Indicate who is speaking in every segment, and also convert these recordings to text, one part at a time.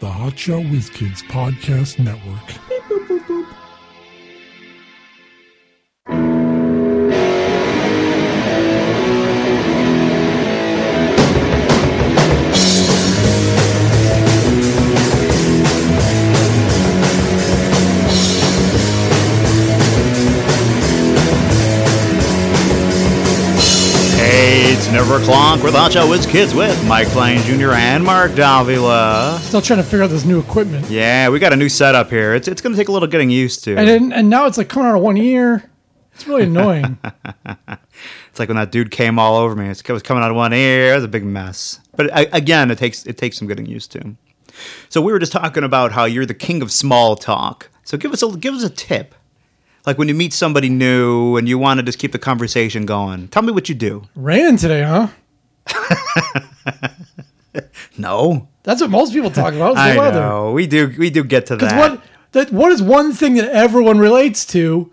Speaker 1: the Hotshot Whiz Kids Podcast Network. Beep, boop, boop, boop.
Speaker 2: Hey, it's Never Clonk with Hot Shot Wiz Kids with Mike Klein Jr. and Mark Davila.
Speaker 3: Still trying to figure out this new equipment.
Speaker 2: Yeah, we got a new setup here. It's, it's going to take a little getting used to.
Speaker 3: And then, and now it's like coming out of one ear. It's really annoying.
Speaker 2: It's like when that dude came all over me. It's- It was coming out of one ear. It was a big mess. But I, again, it takes it takes some getting used to. So we were just talking about how you're the king of small talk. So give us a give us a tip. Like when you meet somebody new and you want to just keep the conversation going. Tell me what you do.
Speaker 3: Rain today, huh?
Speaker 2: No.
Speaker 3: That's what most people talk about. Is the
Speaker 2: I
Speaker 3: weather.
Speaker 2: know. We do we do get to
Speaker 3: 'Cause
Speaker 2: that.
Speaker 3: What that what is one thing that everyone relates to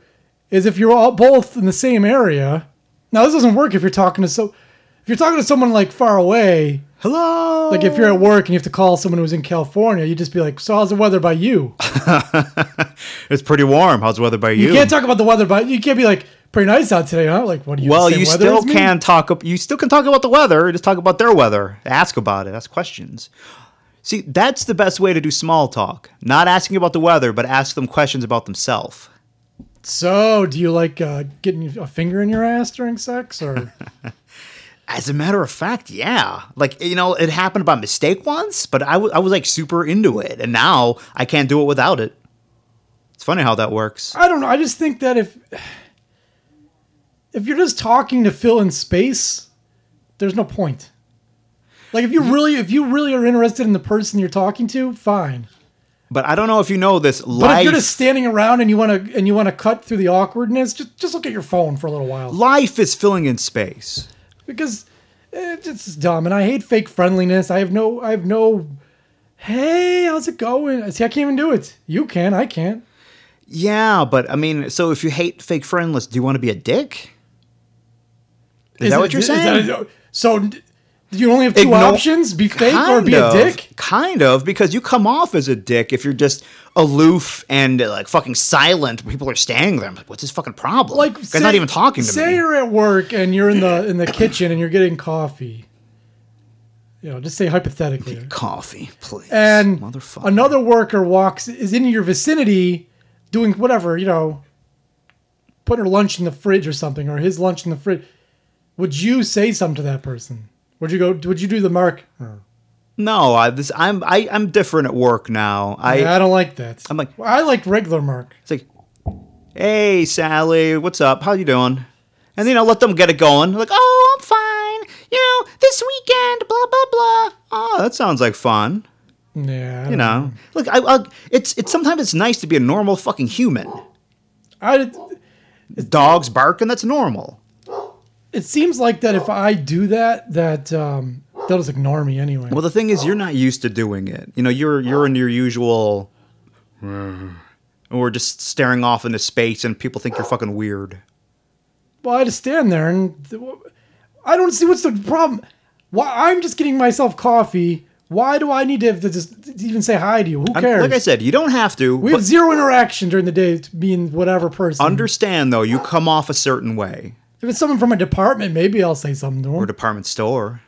Speaker 3: is if you're all both in the same area. Now this doesn't work if you're talking to so if you're talking to someone like far away.
Speaker 2: Hello.
Speaker 3: Like if you're at work and you have to call someone who's in California, you just be like, "So how's the weather by you?"
Speaker 2: It's pretty warm. How's the weather by you?
Speaker 3: You can't talk about the weather, but you can't be like, "Pretty nice out today, huh?" Like, what do you?
Speaker 2: well,
Speaker 3: the same
Speaker 2: you
Speaker 3: weather
Speaker 2: still
Speaker 3: as me?"
Speaker 2: can talk. ab- You still can talk about the weather. Just talk about their weather. Ask about it. Ask questions. See, that's the best way to do small talk. Not asking about the weather, but ask them questions about themselves.
Speaker 3: So, do you like uh, getting a finger in your ass during sex, or
Speaker 2: As a matter of fact, yeah. Like you know, it happened by mistake once, but I wa- I was like super into it, and now I can't do it without it. It's funny how that works.
Speaker 3: I don't know. I just think that if if you're just talking to fill in space, there's no point. Like if you really if you really are interested in the person you're talking to, fine.
Speaker 2: But I don't know if you know this.
Speaker 3: But if
Speaker 2: Life
Speaker 3: you're just standing around and you want to and you want to cut through the awkwardness, just just look at your phone for a little while
Speaker 2: life is filling in space.
Speaker 3: because eh, it's just dumb. And I hate fake friendliness. I have no I have no. Hey, how's it going? See, I can't even do it. You can, I can't.
Speaker 2: Yeah, but I mean, so if you hate fake friendless, do you want to be a dick? Is, that
Speaker 3: it-
Speaker 2: what you're
Speaker 3: is that-
Speaker 2: saying?
Speaker 3: so d- you only have two
Speaker 2: Igno-
Speaker 3: options: be fake or be
Speaker 2: of,
Speaker 3: a dick.
Speaker 2: Kind of, because you come off as a dick if you're just aloof and uh, like fucking silent. People are staring there. I'm like, what's his fucking problem?
Speaker 3: Like,
Speaker 2: guy's not even talking to
Speaker 3: say
Speaker 2: me.
Speaker 3: you're at work and you're in the in the kitchen and you're getting coffee. You know, just say hypothetically.
Speaker 2: Coffee, please.
Speaker 3: And
Speaker 2: motherfucker.
Speaker 3: another worker walks is in your vicinity, doing whatever you know, putting her lunch in the fridge or something, or his lunch in the fridge. Would you say something to that person? Would you go? Would you do the mark?
Speaker 2: no, I, this I'm I, I'm different at work now. I
Speaker 3: I, I don't like that.
Speaker 2: I'm like-
Speaker 3: I like regular mark.
Speaker 2: It's like, hey, Sally, what's up? How you doing? And you know, let them get it going. Like, oh, I'm fine. You know, this weekend, blah blah blah. Oh, that sounds like fun.
Speaker 3: Yeah,
Speaker 2: You know, look, I, I, it's it's sometimes it's nice to be a normal fucking human.
Speaker 3: I
Speaker 2: Dogs barking, that's normal.
Speaker 3: it seems like that if I do that, that um, they'll just ignore me anyway.
Speaker 2: Well, the thing is, you're not used to doing it. You know, you're you're in your usual, or just staring off into space, and people think you're fucking weird.
Speaker 3: well, I just stand there and th- I don't see what's the problem. Why I'm just getting myself coffee. Why do I need to, to just to even say hi to you? Who
Speaker 2: I'm-
Speaker 3: cares?
Speaker 2: like I said, you don't have to.
Speaker 3: we
Speaker 2: but-
Speaker 3: have zero interaction during the day to being whatever person.
Speaker 2: Understand though, you come off a certain way.
Speaker 3: if it's someone from a department, maybe I'll say something to
Speaker 2: Or
Speaker 3: them.
Speaker 2: department store.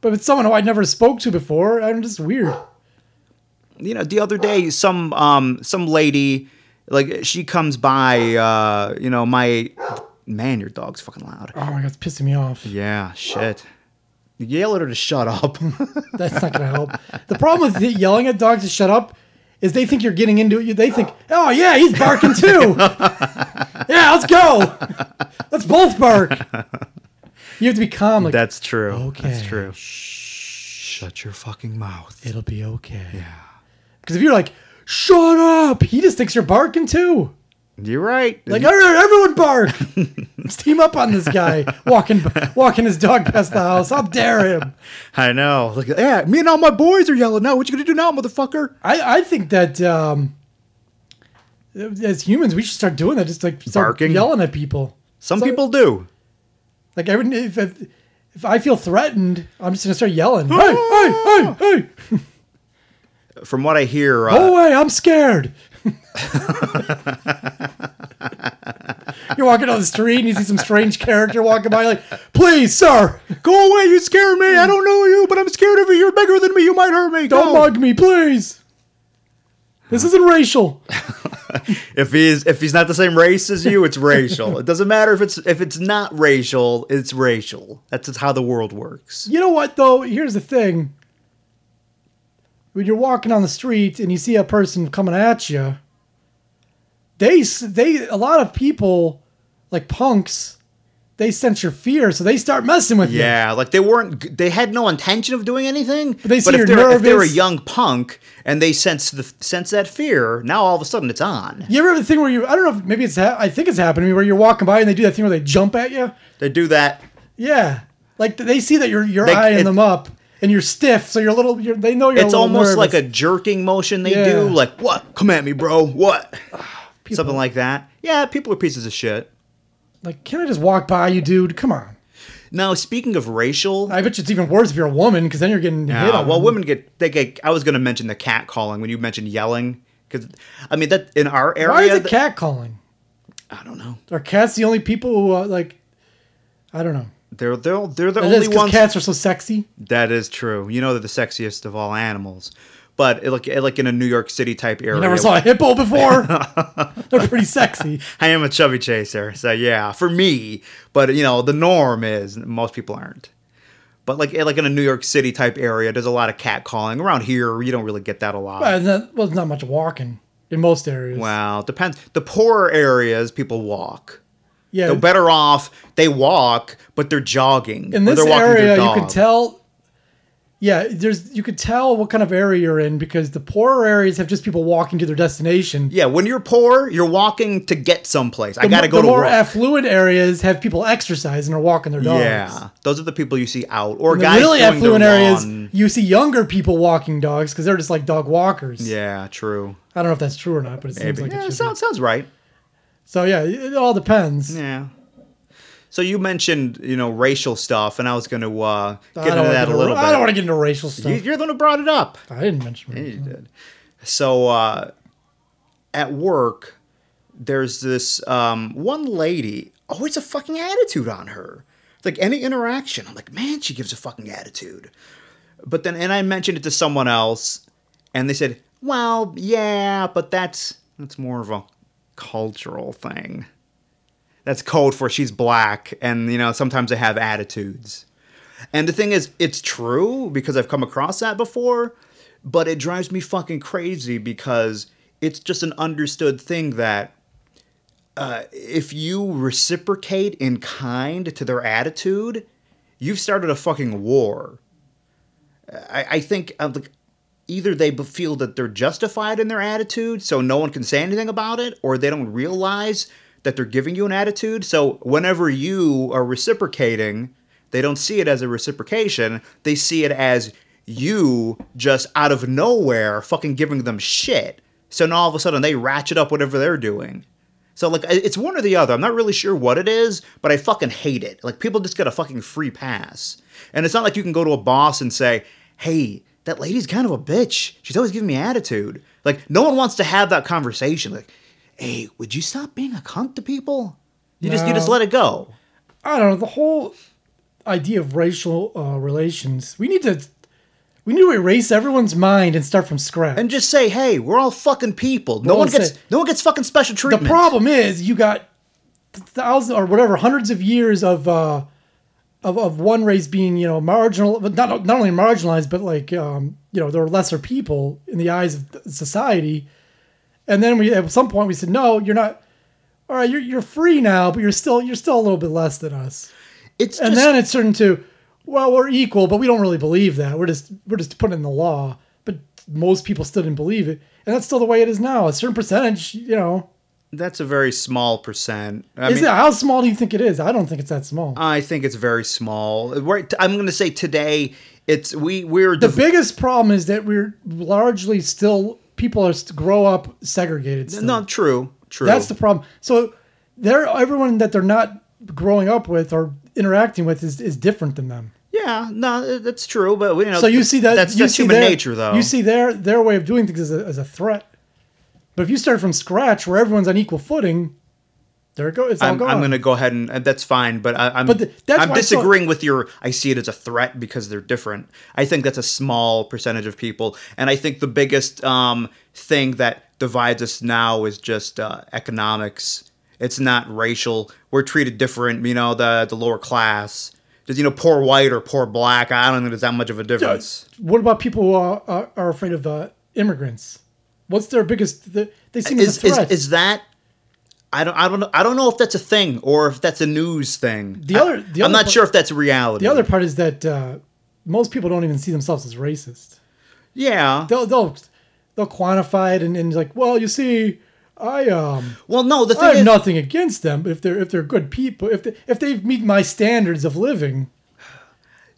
Speaker 3: But if it's someone who I never spoke to before, I'm just weird.
Speaker 2: You know, the other day some um some lady like she comes by uh you know, my man, your dog's fucking loud.
Speaker 3: Oh my god, it's pissing me off.
Speaker 2: Yeah, shit. Yell at her to shut up.
Speaker 3: That's not going to help. The problem with yelling at dogs to shut up is they think you're getting into it. They think, oh, yeah, he's barking too. yeah, let's go. Let's both bark. You have to be calm. Like,
Speaker 2: That's true. That's
Speaker 3: Okay.
Speaker 2: true. Shut your fucking mouth.
Speaker 3: it'll be okay. Yeah. Because if you're like, shut up, he just thinks you're barking too.
Speaker 2: You're right.
Speaker 3: Like, all right, everyone bark. let's team up on this guy walking, walking his dog past the house. How dare him.
Speaker 2: I know. Like, yeah, me and all my boys are yelling now. What you gonna do now, motherfucker?
Speaker 3: I, I think that um, as humans, we should start doing that. Just like start
Speaker 2: Barking?
Speaker 3: yelling at people.
Speaker 2: Some
Speaker 3: So-
Speaker 2: people do.
Speaker 3: Like I wouldn't if, if if I feel threatened, I'm just gonna start yelling. hey, hey, hey, hey!
Speaker 2: from what I hear, uh,
Speaker 3: Go away, I'm scared. You're walking down the street and you see some strange character walking by, like, please, sir,
Speaker 2: go away, you scare me. I don't know you, but I'm scared of you. You're bigger than me. You might hurt me.
Speaker 3: don't
Speaker 2: Go."
Speaker 3: mug me, please. This isn't racial.
Speaker 2: If he's if he's not the same race as you, it's racial. it doesn't matter if it's if it's not racial, it's racial. That's just how the world works.
Speaker 3: You know what, though? Here's the thing. When you're walking on the street and you see a person coming at you, they s- they a lot of people like punks, they sense your fear, so they start messing with you.
Speaker 2: Yeah, like they weren't. g- They had no intention of doing anything. But
Speaker 3: they see
Speaker 2: if
Speaker 3: you're
Speaker 2: they're- If they're a
Speaker 3: nervous.
Speaker 2: young punk and they sense the sense that fear, now all of a sudden it's on.
Speaker 3: You ever have the thing where you? I don't know. if Maybe it's. Ha- I think it's happened to me where you're walking by and they do that thing where they jump at you.
Speaker 2: They do that.
Speaker 3: Yeah, like they see that you're you're
Speaker 2: They-
Speaker 3: eyeing
Speaker 2: it-
Speaker 3: them up and you're stiff, so you're a little. You're, they know you're.
Speaker 2: It's almost like a jerking motion they
Speaker 3: Yeah.
Speaker 2: do.
Speaker 3: Ah,
Speaker 2: Like what? Come at me, bro. What? Something like that. Yeah, people are pieces of shit.
Speaker 3: Like, can I just walk by you, dude? Come on.
Speaker 2: Now speaking of racial,
Speaker 3: I bet you it's even worse if you're a woman because then you're getting hit
Speaker 2: Yeah,
Speaker 3: on.
Speaker 2: well, women get they get. I was going to mention the cat calling when you mentioned yelling because I mean that in our area.
Speaker 3: Why is it
Speaker 2: th-
Speaker 3: cat calling?
Speaker 2: I don't know.
Speaker 3: Are cats the only people who uh, like? I don't know.
Speaker 2: They're they're they're the
Speaker 3: Only
Speaker 2: only
Speaker 3: because
Speaker 2: ones.
Speaker 3: cats are so sexy.
Speaker 2: that is true. You know they're the sexiest of all animals, but it, like it, like in a New York City type area.
Speaker 3: I never saw a hippo before. They're pretty sexy.
Speaker 2: I am a chubby chaser, so yeah, for me. But you know the norm is most people aren't. But like like in a New York City type area, there's a lot of cat calling around here. You don't really get that a lot.
Speaker 3: Well, it's not, well, it's not much walking in most areas.
Speaker 2: Well, depends. The poorer areas, people walk.
Speaker 3: yeah,
Speaker 2: they're better off. They walk, but they're jogging.
Speaker 3: in
Speaker 2: or
Speaker 3: this
Speaker 2: they're walking their
Speaker 3: area you
Speaker 2: dog.
Speaker 3: could tell yeah there's you could tell what kind of area you're in because the poorer areas have just people walking to their destination
Speaker 2: Yeah, when you're poor, you're walking to get someplace. I
Speaker 3: The
Speaker 2: gotta
Speaker 3: mo-
Speaker 2: go
Speaker 3: the
Speaker 2: to
Speaker 3: more
Speaker 2: work.
Speaker 3: affluent areas have people exercising or walking their dogs
Speaker 2: yeah, those are the people you see out or
Speaker 3: In the
Speaker 2: guys
Speaker 3: really
Speaker 2: doing their
Speaker 3: affluent areas
Speaker 2: lawn.
Speaker 3: you see younger people walking dogs because they're just like dog walkers
Speaker 2: Yeah, true.
Speaker 3: i don't know if that's true or not but it seems
Speaker 2: Maybe.
Speaker 3: like
Speaker 2: yeah,
Speaker 3: it should
Speaker 2: sounds sounds right.
Speaker 3: be. so yeah it all depends
Speaker 2: Yeah. So you mentioned you know racial stuff, and I was gonna uh,
Speaker 3: I
Speaker 2: get
Speaker 3: don't
Speaker 2: into
Speaker 3: wanna
Speaker 2: that
Speaker 3: get
Speaker 2: a
Speaker 3: into-
Speaker 2: little bit.
Speaker 3: I don't want to get into racial
Speaker 2: You-
Speaker 3: stuff.
Speaker 2: you're the one who brought it up.
Speaker 3: I didn't mention racial.
Speaker 2: You did. So uh, at work, there's this um, one lady, always a fucking attitude on her. It's Like any interaction, I'm like, man, she gives a fucking attitude. But then, and I mentioned it to someone else, and they said, well, yeah, but that's that's more of a cultural thing. That's code for she's black, and you know sometimes they have attitudes. And the thing is, it's true because I've come across that before, but it drives me fucking crazy because it's just an understood thing that uh, if you reciprocate in kind to their attitude, you've started a fucking war. I, I think uh, like either they be- feel that they're justified in their attitude, so no one can say anything about it, or they don't realize that they're giving you an attitude. So whenever you are reciprocating, they don't see it as a reciprocation. They see it as you just out of nowhere fucking giving them shit. So now all of a sudden they ratchet up whatever they're doing. So like I- it's one or the other. I'm not really sure what it is, but I fucking hate it. Like people just get a fucking free pass. And it's not like you can go to a boss and say, "Hey, that lady's kind of a bitch. She's always giving me attitude." Like no one wants to have that conversation. Like, "Hey, would you stop being a cunt to people?" You just you just
Speaker 3: No.
Speaker 2: let it go.
Speaker 3: I don't know the whole idea of racial uh, relations. We need to we need to erase everyone's mind and start from scratch.
Speaker 2: And just say, "Hey, we're all fucking people. No
Speaker 3: Well,
Speaker 2: one
Speaker 3: it's
Speaker 2: gets
Speaker 3: a-
Speaker 2: no one gets fucking special
Speaker 3: the
Speaker 2: treatment."
Speaker 3: problem is you got thousands or whatever hundreds of years of uh, of of one race being you know marginal, but not not only marginalized, but like um, you know there are lesser people in the eyes of th- society. And then we at some point we said, no, you're not. All right, you're you're free now, but you're still you're still a little bit less than us.
Speaker 2: it's
Speaker 3: and
Speaker 2: just-
Speaker 3: then it's turned to well we're equal but we don't really believe that we're just we're just putting it in the law but most people still didn't believe it and that's still the way it is now a certain percentage you know
Speaker 2: that's a very small percent. I
Speaker 3: is
Speaker 2: mean-
Speaker 3: it how small do you think it is i don't think it's that small
Speaker 2: I think it's very small. Right, I'm going to say today it's we we're
Speaker 3: the
Speaker 2: div-
Speaker 3: biggest problem is that we're largely still people are st- grow up segregated still.
Speaker 2: no true true.
Speaker 3: that's the problem so they're everyone that they're not growing up with or interacting with is, is different than them
Speaker 2: Yeah, no, that's true. But you know,
Speaker 3: so you see that
Speaker 2: that's,
Speaker 3: you
Speaker 2: that's
Speaker 3: see
Speaker 2: human
Speaker 3: their-
Speaker 2: nature, though.
Speaker 3: You see their their way of doing things as a, as a threat. But if you start from scratch, where everyone's on equal footing, there it goes. It's all
Speaker 2: I'm,
Speaker 3: gone.
Speaker 2: I'm going to go ahead and and that's fine, but I, I'm
Speaker 3: But th- that's
Speaker 2: I'm
Speaker 3: why I saw-
Speaker 2: disagreeing with your. I see it as a threat because they're different. I think that's a small percentage of people, and I think the biggest um, thing that divides us now is just uh, economics. It's not racial. We're treated different. You know, the the lower class. Just, you know, poor white or poor black. I don't think there's that much of a difference.
Speaker 3: What about people who are, are, are afraid of uh, immigrants? What's their biggest? The, they seem as a
Speaker 2: Is, is
Speaker 3: threat.
Speaker 2: is that? I don't, I don't know. I don't know if that's a thing or if that's a news thing.
Speaker 3: The other- the
Speaker 2: I, am
Speaker 3: other
Speaker 2: not
Speaker 3: part-
Speaker 2: sure if that's reality.
Speaker 3: the other part is that uh, most people don't even see themselves as racist.
Speaker 2: yeah.
Speaker 3: They'll they'll they'll quantify it and, and like, well, you see, I um
Speaker 2: Well, no, the thing
Speaker 3: I have
Speaker 2: is,
Speaker 3: nothing against them if they're if they're good people if they, if they meet my standards of living.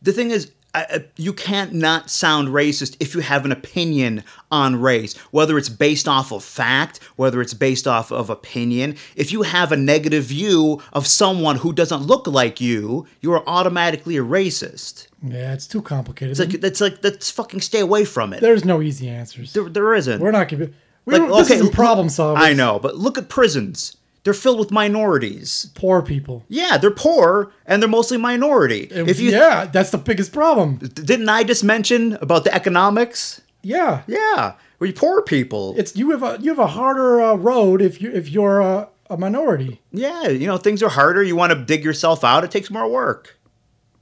Speaker 2: the thing is, I, I- you can't not sound racist if you have an opinion on race, whether it's based off of fact, whether it's based off of opinion. If you have a negative view of someone who doesn't look like you, you are automatically a racist.
Speaker 3: Yeah, it's too complicated.
Speaker 2: It's like that's like that's fucking stay away from it.
Speaker 3: There's no easy answers.
Speaker 2: There, there isn't.
Speaker 3: We're not gonna. be- We
Speaker 2: Like,
Speaker 3: don't, this isn't
Speaker 2: look-
Speaker 3: problem solvers.
Speaker 2: I know, but look at prisons. They're filled with minorities.
Speaker 3: Poor people.
Speaker 2: Yeah, they're poor and they're mostly minority. if you
Speaker 3: yeah, that's the biggest problem.
Speaker 2: didn't I just mention about the economics?
Speaker 3: Yeah.
Speaker 2: Yeah, we poor people.
Speaker 3: it's you have a you have a harder uh, road if you if you're a, a minority
Speaker 2: yeah, you know things are harder. You want to dig yourself out. It takes more work.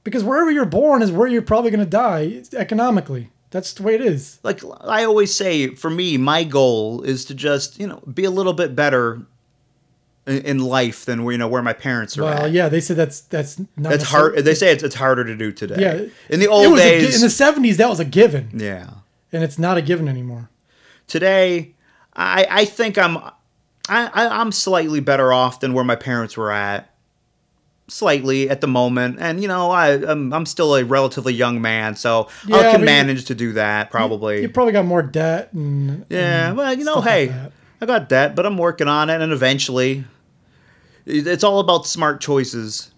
Speaker 3: because wherever you're born is where you're probably going to die economically. That's the way it is.
Speaker 2: Like I always say, for me, my goal is to just you know be a little bit better in, in life than where you know where my parents are.
Speaker 3: Well,
Speaker 2: at.
Speaker 3: yeah, they said that's that's not
Speaker 2: that's
Speaker 3: necessar-
Speaker 2: hard. They say it's, it's harder to do today.
Speaker 3: Yeah,
Speaker 2: in the
Speaker 3: It
Speaker 2: old
Speaker 3: was a gi-
Speaker 2: days.
Speaker 3: in the seventies, that was a given,
Speaker 2: yeah.
Speaker 3: and it's not a given anymore.
Speaker 2: today i i think i'm I, I i'm slightly better off than where my parents were at slightly at the moment and you know i i'm, I'm still a relatively young man so
Speaker 3: Yeah,
Speaker 2: i
Speaker 3: I
Speaker 2: can
Speaker 3: mean,
Speaker 2: manage to do that probably
Speaker 3: You probably got more debt, and
Speaker 2: yeah well you know
Speaker 3: Mm-hmm. stuff like
Speaker 2: hey
Speaker 3: that.
Speaker 2: i got debt but i'm working on it and eventually it- it's all about smart choices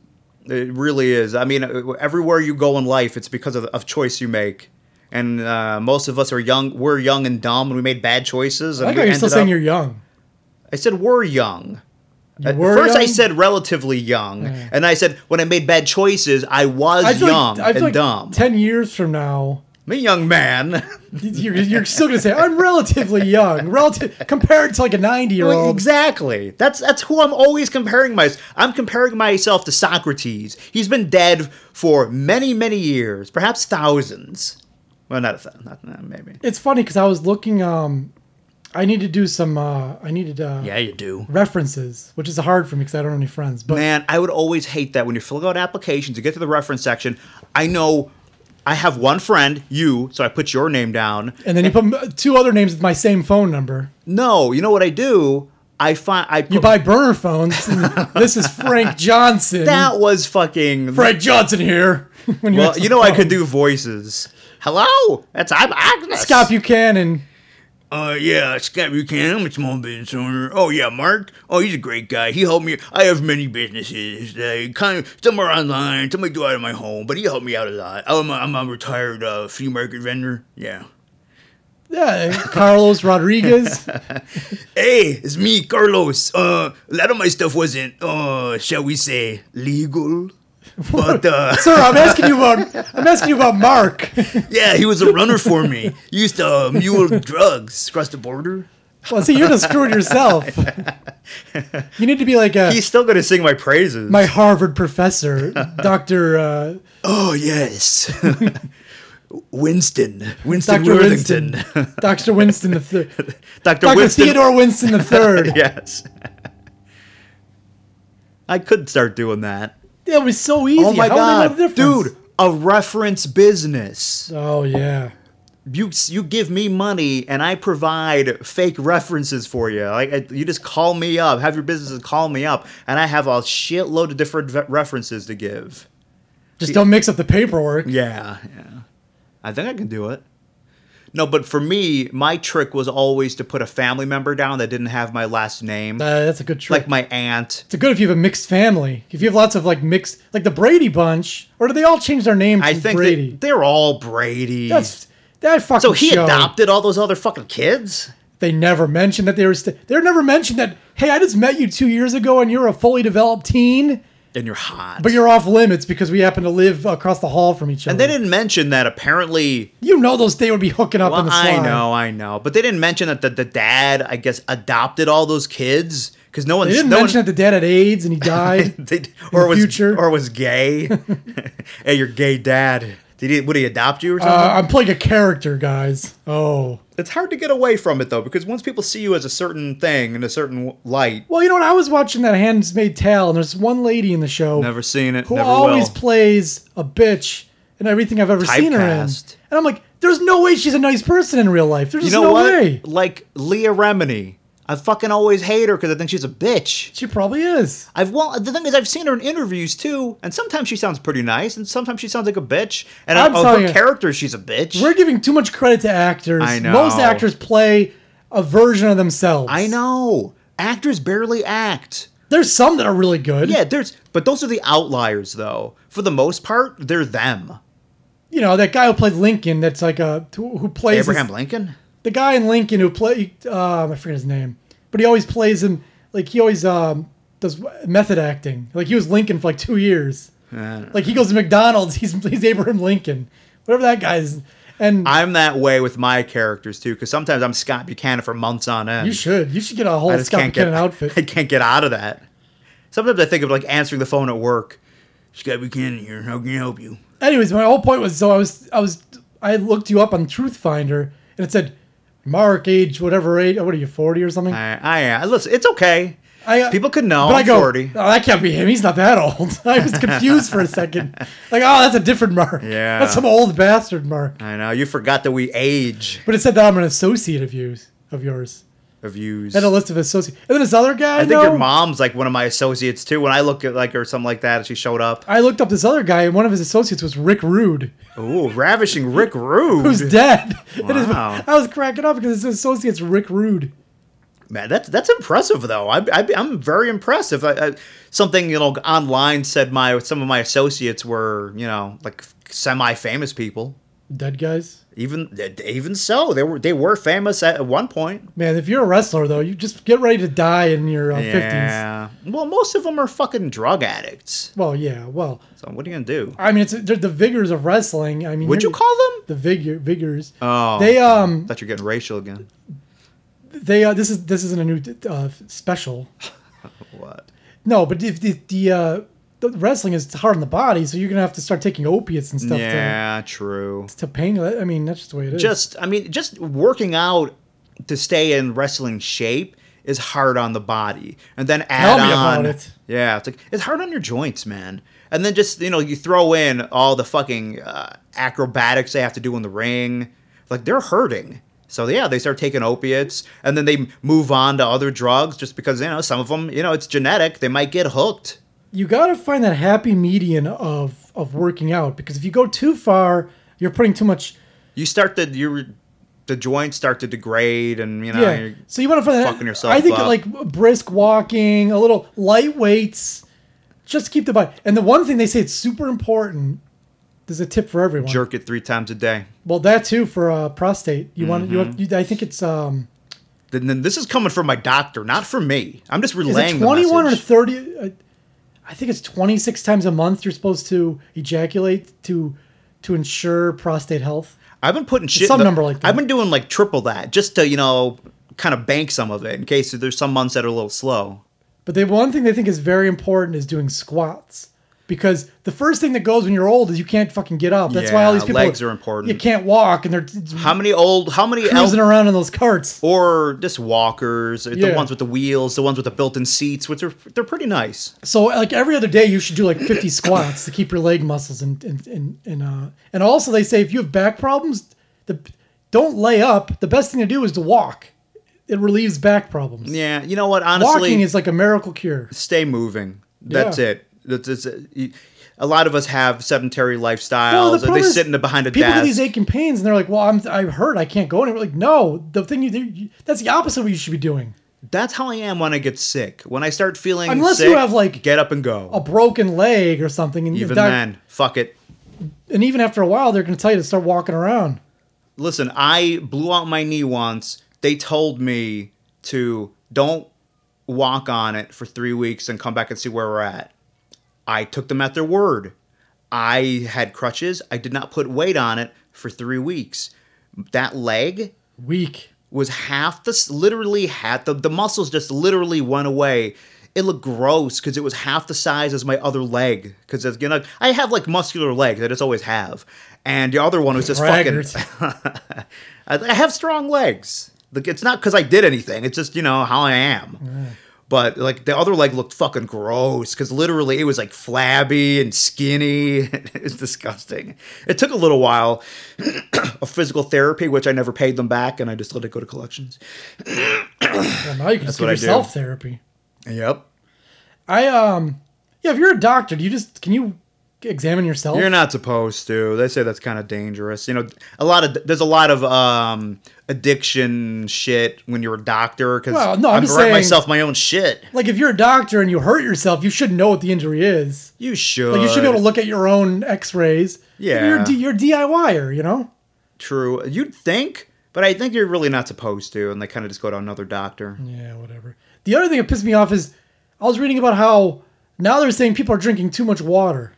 Speaker 2: it really is i mean everywhere you go in life it's because of, of choice you make and uh, most of us are young. We're young and dumb, and we made bad choices.
Speaker 3: I
Speaker 2: And
Speaker 3: like
Speaker 2: we
Speaker 3: how you're still
Speaker 2: ended
Speaker 3: saying
Speaker 2: up-
Speaker 3: you're young.
Speaker 2: I said we're young. At
Speaker 3: were
Speaker 2: First, I
Speaker 3: young?
Speaker 2: said relatively young, and I said when I made bad choices, I was
Speaker 3: I feel
Speaker 2: young
Speaker 3: like, I feel
Speaker 2: and
Speaker 3: like
Speaker 2: dumb.
Speaker 3: ten years from now,
Speaker 2: I'm a young man.
Speaker 3: you're, you're still going to say I'm relatively young, relative compared to like a ninety year old.
Speaker 2: exactly. That's that's who I'm always comparing myself. I'm comparing myself to Socrates. He's been dead for many, many years, perhaps thousands. Well, not a thousand, not, not maybe.
Speaker 3: it's funny because I was looking. Um, I need to do some. Uh, I needed uh,
Speaker 2: Yeah, you do.
Speaker 3: references, which is hard for me because I don't have any friends. But
Speaker 2: Man, I would always hate that when you fill out applications, you get to the reference section. I know I have one friend, you, so I put your name down.
Speaker 3: and then you put m- two other names with my same phone number.
Speaker 2: No, you know what I do? I find I
Speaker 3: You buy burner phones. and this is Frank Johnson.
Speaker 2: that was fucking.
Speaker 3: Frank Johnson here. when you
Speaker 2: well,
Speaker 3: answer
Speaker 2: you
Speaker 3: the
Speaker 2: know I
Speaker 3: phone.
Speaker 2: could do voices. Hello, that's I'm Agnes.
Speaker 3: Scott Buchanan.
Speaker 2: Uh, yeah, Scott Buchanan. I'm a small business owner. Oh yeah, Mark. Oh, he's a great guy. He helped me. I have many businesses. They kind of some are online, some I do out of my home, but he helped me out a lot. I'm a, I'm a retired uh, flea market vendor. Yeah.
Speaker 3: Yeah, Carlos Rodriguez.
Speaker 2: Hey, it's me, Carlos. Uh, a lot of my stuff wasn't, uh, shall we say, legal. But uh,
Speaker 3: Sir, I'm asking you about. I'm asking you about Mark.
Speaker 2: Yeah, he was a runner for me. He used to uh, mule drugs across the border.
Speaker 3: well, see, you're just screwing yourself. you need to be like a
Speaker 2: He's still going to sing my praises.
Speaker 3: my Harvard professor, Doctor. Uh,
Speaker 2: oh, yes. Winston. Winston
Speaker 3: Dr.
Speaker 2: Worthington.
Speaker 3: Winston. Dr. Winston the third.
Speaker 2: Dr.
Speaker 3: Dr.
Speaker 2: Winston.
Speaker 3: Theodore Winston the third.
Speaker 2: Yes. I could start doing that.
Speaker 3: That was so easy.
Speaker 2: Oh, my
Speaker 3: How would I know
Speaker 2: God.
Speaker 3: the difference?
Speaker 2: Dude, a reference business.
Speaker 3: Oh yeah.
Speaker 2: You, you give me money and I provide fake references for you. Like I- you just call me up, have your businesses call me up, and I have a shitload of different ve- references to give.
Speaker 3: Just don't mix up the paperwork.
Speaker 2: Yeah, yeah. I think I can do it. No, but for me, my trick was always to put a family member down that didn't have my last name,
Speaker 3: Uh, that's a good trick.
Speaker 2: like my aunt.
Speaker 3: it's good if you have a mixed family. If you have lots of like mixed, like the Brady bunch, or do they all change their name to
Speaker 2: I think
Speaker 3: Brady?
Speaker 2: They, are all Brady.
Speaker 3: That's that fucking.
Speaker 2: so he
Speaker 3: show.
Speaker 2: adopted all those other fucking kids.
Speaker 3: They never mentioned that they were. St- they never mentioned that. Hey, I just met you two years ago, and you're a fully developed teen,
Speaker 2: And you're hot.
Speaker 3: but you're off limits because we happen to live across the hall from each other.
Speaker 2: and they didn't mention that apparently
Speaker 3: you know those they would be hooking up in
Speaker 2: Well,
Speaker 3: the slide.
Speaker 2: I know, I know, but they didn't mention that the, the dad, I guess, adopted all those kids because no one
Speaker 3: They didn't
Speaker 2: no
Speaker 3: mention
Speaker 2: one,
Speaker 3: that the dad had AIDS and he died.
Speaker 2: did- or
Speaker 3: the
Speaker 2: was
Speaker 3: future.
Speaker 2: or was gay. hey, your gay dad. Did he? Would he adopt you or something?
Speaker 3: uh, I'm playing a character, guys. Oh.
Speaker 2: it's hard to get away from it though, because once people see you as a certain thing in a certain light,
Speaker 3: Well, you know what? I was watching that Handmaid's Tale, and there's one lady in the show
Speaker 2: never seen it,
Speaker 3: who
Speaker 2: never
Speaker 3: always
Speaker 2: will.
Speaker 3: plays a bitch in everything I've ever seen her in.
Speaker 2: Typecast.
Speaker 3: And I'm like, there's no way she's a nice person in real life. There's
Speaker 2: you
Speaker 3: just
Speaker 2: know
Speaker 3: no
Speaker 2: what?
Speaker 3: way.
Speaker 2: Like Leah Remini. I fucking always hate her because I think she's a bitch.
Speaker 3: She probably is.
Speaker 2: I've well, the thing is, I've seen her in interviews too, and sometimes she sounds pretty nice, and sometimes she sounds like a bitch. And
Speaker 3: I'm
Speaker 2: of
Speaker 3: telling
Speaker 2: her
Speaker 3: you.
Speaker 2: character, she's a bitch.
Speaker 3: We're giving too much credit to actors.
Speaker 2: I know.
Speaker 3: Most actors play a version of themselves.
Speaker 2: I know actors barely act.
Speaker 3: There's some that are really good.
Speaker 2: Yeah, there's, but those are the outliers, though. For the most part, they're them.
Speaker 3: You know, that guy who played Lincoln that's like a who plays his-
Speaker 2: Abraham Lincoln.
Speaker 3: the guy in Lincoln who play um, I forget his name, but he always plays him like he always um, does method acting. Like he was Lincoln for like two years.
Speaker 2: Uh,
Speaker 3: Like he goes to McDonald's, he's he's Abraham Lincoln, whatever that guy's. And
Speaker 2: I'm that way with my characters too, because sometimes I'm Scott Buchanan for months on end.
Speaker 3: you should you should get a
Speaker 2: I
Speaker 3: whole
Speaker 2: just can't
Speaker 3: Scott Buchanan
Speaker 2: get I
Speaker 3: outfit.
Speaker 2: can't get out of that. Sometimes I think of like answering the phone at work. Scott Buchanan here. How can I help you?
Speaker 3: Anyways, my whole point was so I was I was I looked you up on Truth Finder and it said Mark age whatever age what are you forty or something?
Speaker 2: I, I, I listen. It's okay.
Speaker 3: I, uh,
Speaker 2: People could know.
Speaker 3: But I
Speaker 2: I'm
Speaker 3: go,
Speaker 2: 40.
Speaker 3: oh, that can't be him. He's not that old. I was confused for a second. Like, oh, that's a different Mark.
Speaker 2: Yeah.
Speaker 3: That's some old bastard Mark.
Speaker 2: I know you forgot that we age
Speaker 3: But it said that I'm an associate of yours. Of yours.
Speaker 2: of yous.
Speaker 3: I had a list of associates. And then this other guy. I,
Speaker 2: I think
Speaker 3: know,
Speaker 2: your mom's like one of my associates too. When I look at like her or something like that, she showed up.
Speaker 3: I looked up this other guy, and one of his associates was Rick Rude,
Speaker 2: Ooh, ravishing Rick Rude.
Speaker 3: who's dead. And his-
Speaker 2: Wow.
Speaker 3: I was cracking up because his associate's Rick Rude.
Speaker 2: Man, that's that's impressive though. I, I I'm very impressed. If I, I something you know online said my some of my associates were you know like semi famous people.
Speaker 3: Dead guys.
Speaker 2: Even even so, they were they were famous at, at one point.
Speaker 3: Man, if you're a wrestler, though, you just get ready to die in your uh, 50s.
Speaker 2: Yeah. Well, most of them are fucking drug addicts.
Speaker 3: Well, yeah. Well,
Speaker 2: So what are you gonna do?
Speaker 3: I mean, it's they're the vigors of wrestling. I mean,
Speaker 2: Would you
Speaker 3: you're-
Speaker 2: call them?
Speaker 3: the vigor vigors.
Speaker 2: Oh.
Speaker 3: They um
Speaker 2: thought you're getting racial again.
Speaker 3: they uh, this is this isn't a new uh, special.
Speaker 2: What?
Speaker 3: No, but if the the, uh, the wrestling is hard on the body, so you're gonna have to start taking opiates and stuff
Speaker 2: Yeah, true.
Speaker 3: to to pain. I mean, that's just the way it is.
Speaker 2: just I mean, just working out to stay in wrestling shape is hard on the body, and then add
Speaker 3: Tell
Speaker 2: on.
Speaker 3: me about it.
Speaker 2: Yeah, it's like it's hard on your joints, man. And then just you know, you throw in all the fucking uh, acrobatics they have to do in the ring, like they're hurting. So yeah, they start taking opiates, and then they move on to other drugs just because you know some of them, you know, it's genetic. They might get hooked.
Speaker 3: you gotta find that happy median of of working out because if you go too far, you're putting too much.
Speaker 2: You start to your the joints start to degrade, and you know,
Speaker 3: Yeah,
Speaker 2: you're-
Speaker 3: so you want to find that.
Speaker 2: fucking yourself
Speaker 3: I think
Speaker 2: up.
Speaker 3: like brisk walking, a little light weights, just to keep the body. And the one thing they say it's super important. There's a tip for everyone.
Speaker 2: jerk it three times a day.
Speaker 3: Well, that too for uh, prostate. You want you,
Speaker 2: Mm-hmm.
Speaker 3: have, you? I think it's um.
Speaker 2: then, then this is coming from my doctor, not from me. I'm just
Speaker 3: Is
Speaker 2: relaying
Speaker 3: it twenty one
Speaker 2: the
Speaker 3: or
Speaker 2: message.
Speaker 3: thirty? Uh, I think it's twenty six times a month you're supposed to ejaculate to to ensure prostate health.
Speaker 2: I've been putting shit. in
Speaker 3: some
Speaker 2: the-
Speaker 3: number like that.
Speaker 2: I've been doing like triple that just to you know kind of bank some of it in case there's some months that are a little slow.
Speaker 3: But the one thing they think is very important is doing squats because the first thing that goes when you're old is you can't fucking get up. That's why all
Speaker 2: Yeah,
Speaker 3: these people
Speaker 2: legs are important.
Speaker 3: You can't walk and they're t-
Speaker 2: How many old? How many
Speaker 3: cruising
Speaker 2: el-
Speaker 3: around in those carts.
Speaker 2: or just walkers? The
Speaker 3: Yeah.
Speaker 2: ones with the wheels, the ones with the built-in seats, which are they're pretty nice.
Speaker 3: So like every other day, you should do like 50 squats to keep your leg muscles and and and and, uh, and also they say if you have back problems, the don't lay up. The best thing to do is to walk. It relieves back problems.
Speaker 2: Yeah, you know what? Honestly,
Speaker 3: Walking is like a miracle cure.
Speaker 2: stay moving. That's
Speaker 3: Yeah.
Speaker 2: it. That's, that's it. You- a lot of us have sedentary lifestyles, or they
Speaker 3: problem
Speaker 2: sit
Speaker 3: is
Speaker 2: in the behind a
Speaker 3: people
Speaker 2: desk.
Speaker 3: with these aching pains, and they're like, "Well, I'm I'm hurt. I can't go anywhere." Like, no, the thing you do, that's the opposite of what you should be doing.
Speaker 2: That's how I am when I get sick. When I start feeling
Speaker 3: Unless
Speaker 2: sick,
Speaker 3: you have, like,
Speaker 2: get up and go.
Speaker 3: A broken leg or something, and
Speaker 2: Even
Speaker 3: the doc-
Speaker 2: then, fuck it.
Speaker 3: and even after a while, they're going to tell you to start walking around.
Speaker 2: Listen, I blew out my knee once. They told me to don't walk on it for three weeks and come back and see where we're at. I took them at their word. I had crutches. I did not put weight on it for three weeks. That leg
Speaker 3: Weak.
Speaker 2: was half the s- literally half the, the muscles just literally went away it looked gross because it was half the size as my other leg because you know i have like muscular legs i just always have and the other one was just
Speaker 3: Braggart.
Speaker 2: fucking I, I have strong legs like it's not because i did anything it's just you know how i am But like the other leg looked fucking gross because literally it was like flabby and skinny. it was disgusting. It took a little while of physical therapy, which I never paid them back, and I just let it go to collections.
Speaker 3: Well, now you can just give
Speaker 2: what I
Speaker 3: yourself
Speaker 2: do.
Speaker 3: therapy.
Speaker 2: Yep.
Speaker 3: I um, yeah. If you're a doctor, do you just can you examine yourself?
Speaker 2: You're not supposed to. They say that's kind of dangerous. You know, a lot of there's a lot of um, addiction shit when you're a doctor because
Speaker 3: Well, no, I'm
Speaker 2: I
Speaker 3: just
Speaker 2: write
Speaker 3: saying-
Speaker 2: myself my own shit.
Speaker 3: like if you're a doctor and you hurt yourself, you should know what the injury is.
Speaker 2: You should.
Speaker 3: Like you should be able to look at your own X-rays. you're
Speaker 2: Yeah.
Speaker 3: a D- you're a DIYer, you know.
Speaker 2: True. You'd think, but I think you're really not supposed to, and they kind of just go to another doctor.
Speaker 3: Yeah, whatever. The other thing that pissed me off is I was reading about how now they're saying people are drinking too much water.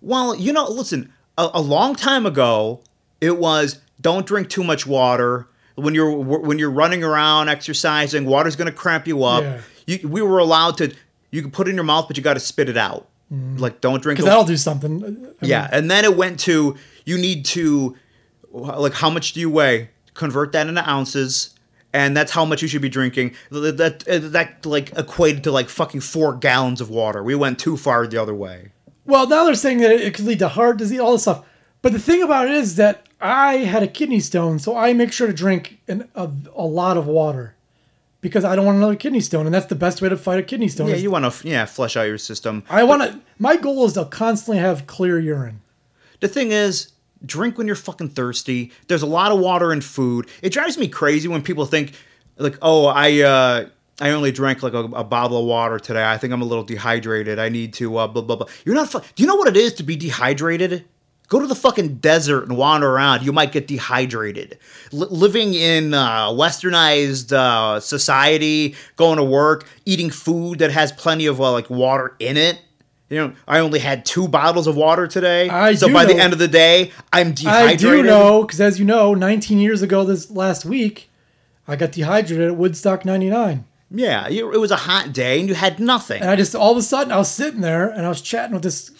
Speaker 2: Well, you know, listen, a, a long time ago, it was don't drink too much water. When you're when you're running around exercising, water's going to cramp you up.
Speaker 3: Yeah.
Speaker 2: You, we were allowed to you can put it in your mouth, but you got to spit it out. Like don't drink.
Speaker 3: Because
Speaker 2: the-
Speaker 3: Mm-hmm. that'll do something. I
Speaker 2: yeah, and then it went to you need to like how much do you weigh? Convert that into ounces, and that's how much you should be drinking. That that, that like equated to like fucking four gallons of water. We went too far the other way.
Speaker 3: Well, now they're saying that it could lead to heart disease, all this stuff. But the thing about it is that I had a kidney stone, so I make sure to drink an, a, a lot of water because I don't want another kidney stone, and that's the best way to fight a kidney stone.
Speaker 2: Yeah,
Speaker 3: is-
Speaker 2: you want to yeah flush out your system.
Speaker 3: I want to. My goal is to constantly have clear urine.
Speaker 2: The thing is, drink when you're fucking thirsty. There's a lot of water in food. It drives me crazy when people think, like, oh, I uh, I only drank like a, a bottle of water today. I think I'm a little dehydrated. I need to uh, blah blah blah. You're not. Fu- Do you know what it is to be dehydrated? Go to the fucking desert and wander around. You might get dehydrated. Li- living in uh, westernized uh, society, going to work, eating food that has plenty of uh, like water in it. You know, I only had two bottles of water today.
Speaker 3: I
Speaker 2: so
Speaker 3: do
Speaker 2: by the
Speaker 3: know-
Speaker 2: end of the day, I'm
Speaker 3: I
Speaker 2: dehydrated.
Speaker 3: do know because, as you know, 19 years ago this last week, I got dehydrated at Woodstock '99.
Speaker 2: Yeah, you, it was a hot day and you had nothing.
Speaker 3: And I just all of a sudden I was sitting there and I was chatting with this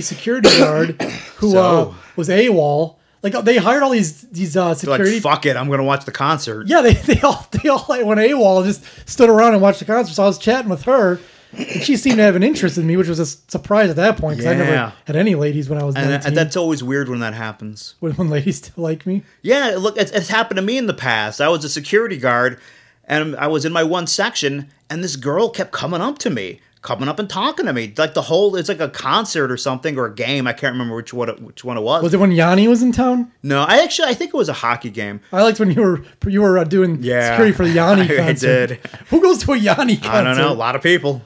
Speaker 3: security guard who uh,
Speaker 2: So?
Speaker 3: was AWOL. Like they hired all these these uh,
Speaker 2: Like
Speaker 3: security.
Speaker 2: fuck it, I'm gonna watch the concert.
Speaker 3: yeah, they, they all they all like, went AWOL and just stood around and watched the concert. So I was chatting with her, and she seemed to have an interest in me, which was a surprise at that point because I
Speaker 2: Yeah.
Speaker 3: never had any ladies when I was
Speaker 2: And,
Speaker 3: nineteen.
Speaker 2: and that's always weird when that happens.
Speaker 3: when, when ladies still like me.
Speaker 2: Yeah, look, it's, it's happened to me in the past. I was a security guard, and I was in my one section, and this girl kept coming up to me, coming up and talking to me. Like the whole, it's like a concert or something or a game. I can't remember which one it, which one it was.
Speaker 3: Was it when Yanni was in town?
Speaker 2: no, I actually I think it was a hockey game.
Speaker 3: I liked when you were you were uh, doing
Speaker 2: Yeah.
Speaker 3: security for the Yanni
Speaker 2: I
Speaker 3: concert.
Speaker 2: did.
Speaker 3: Who goes to a Yanni concert?
Speaker 2: I don't know, a lot of people.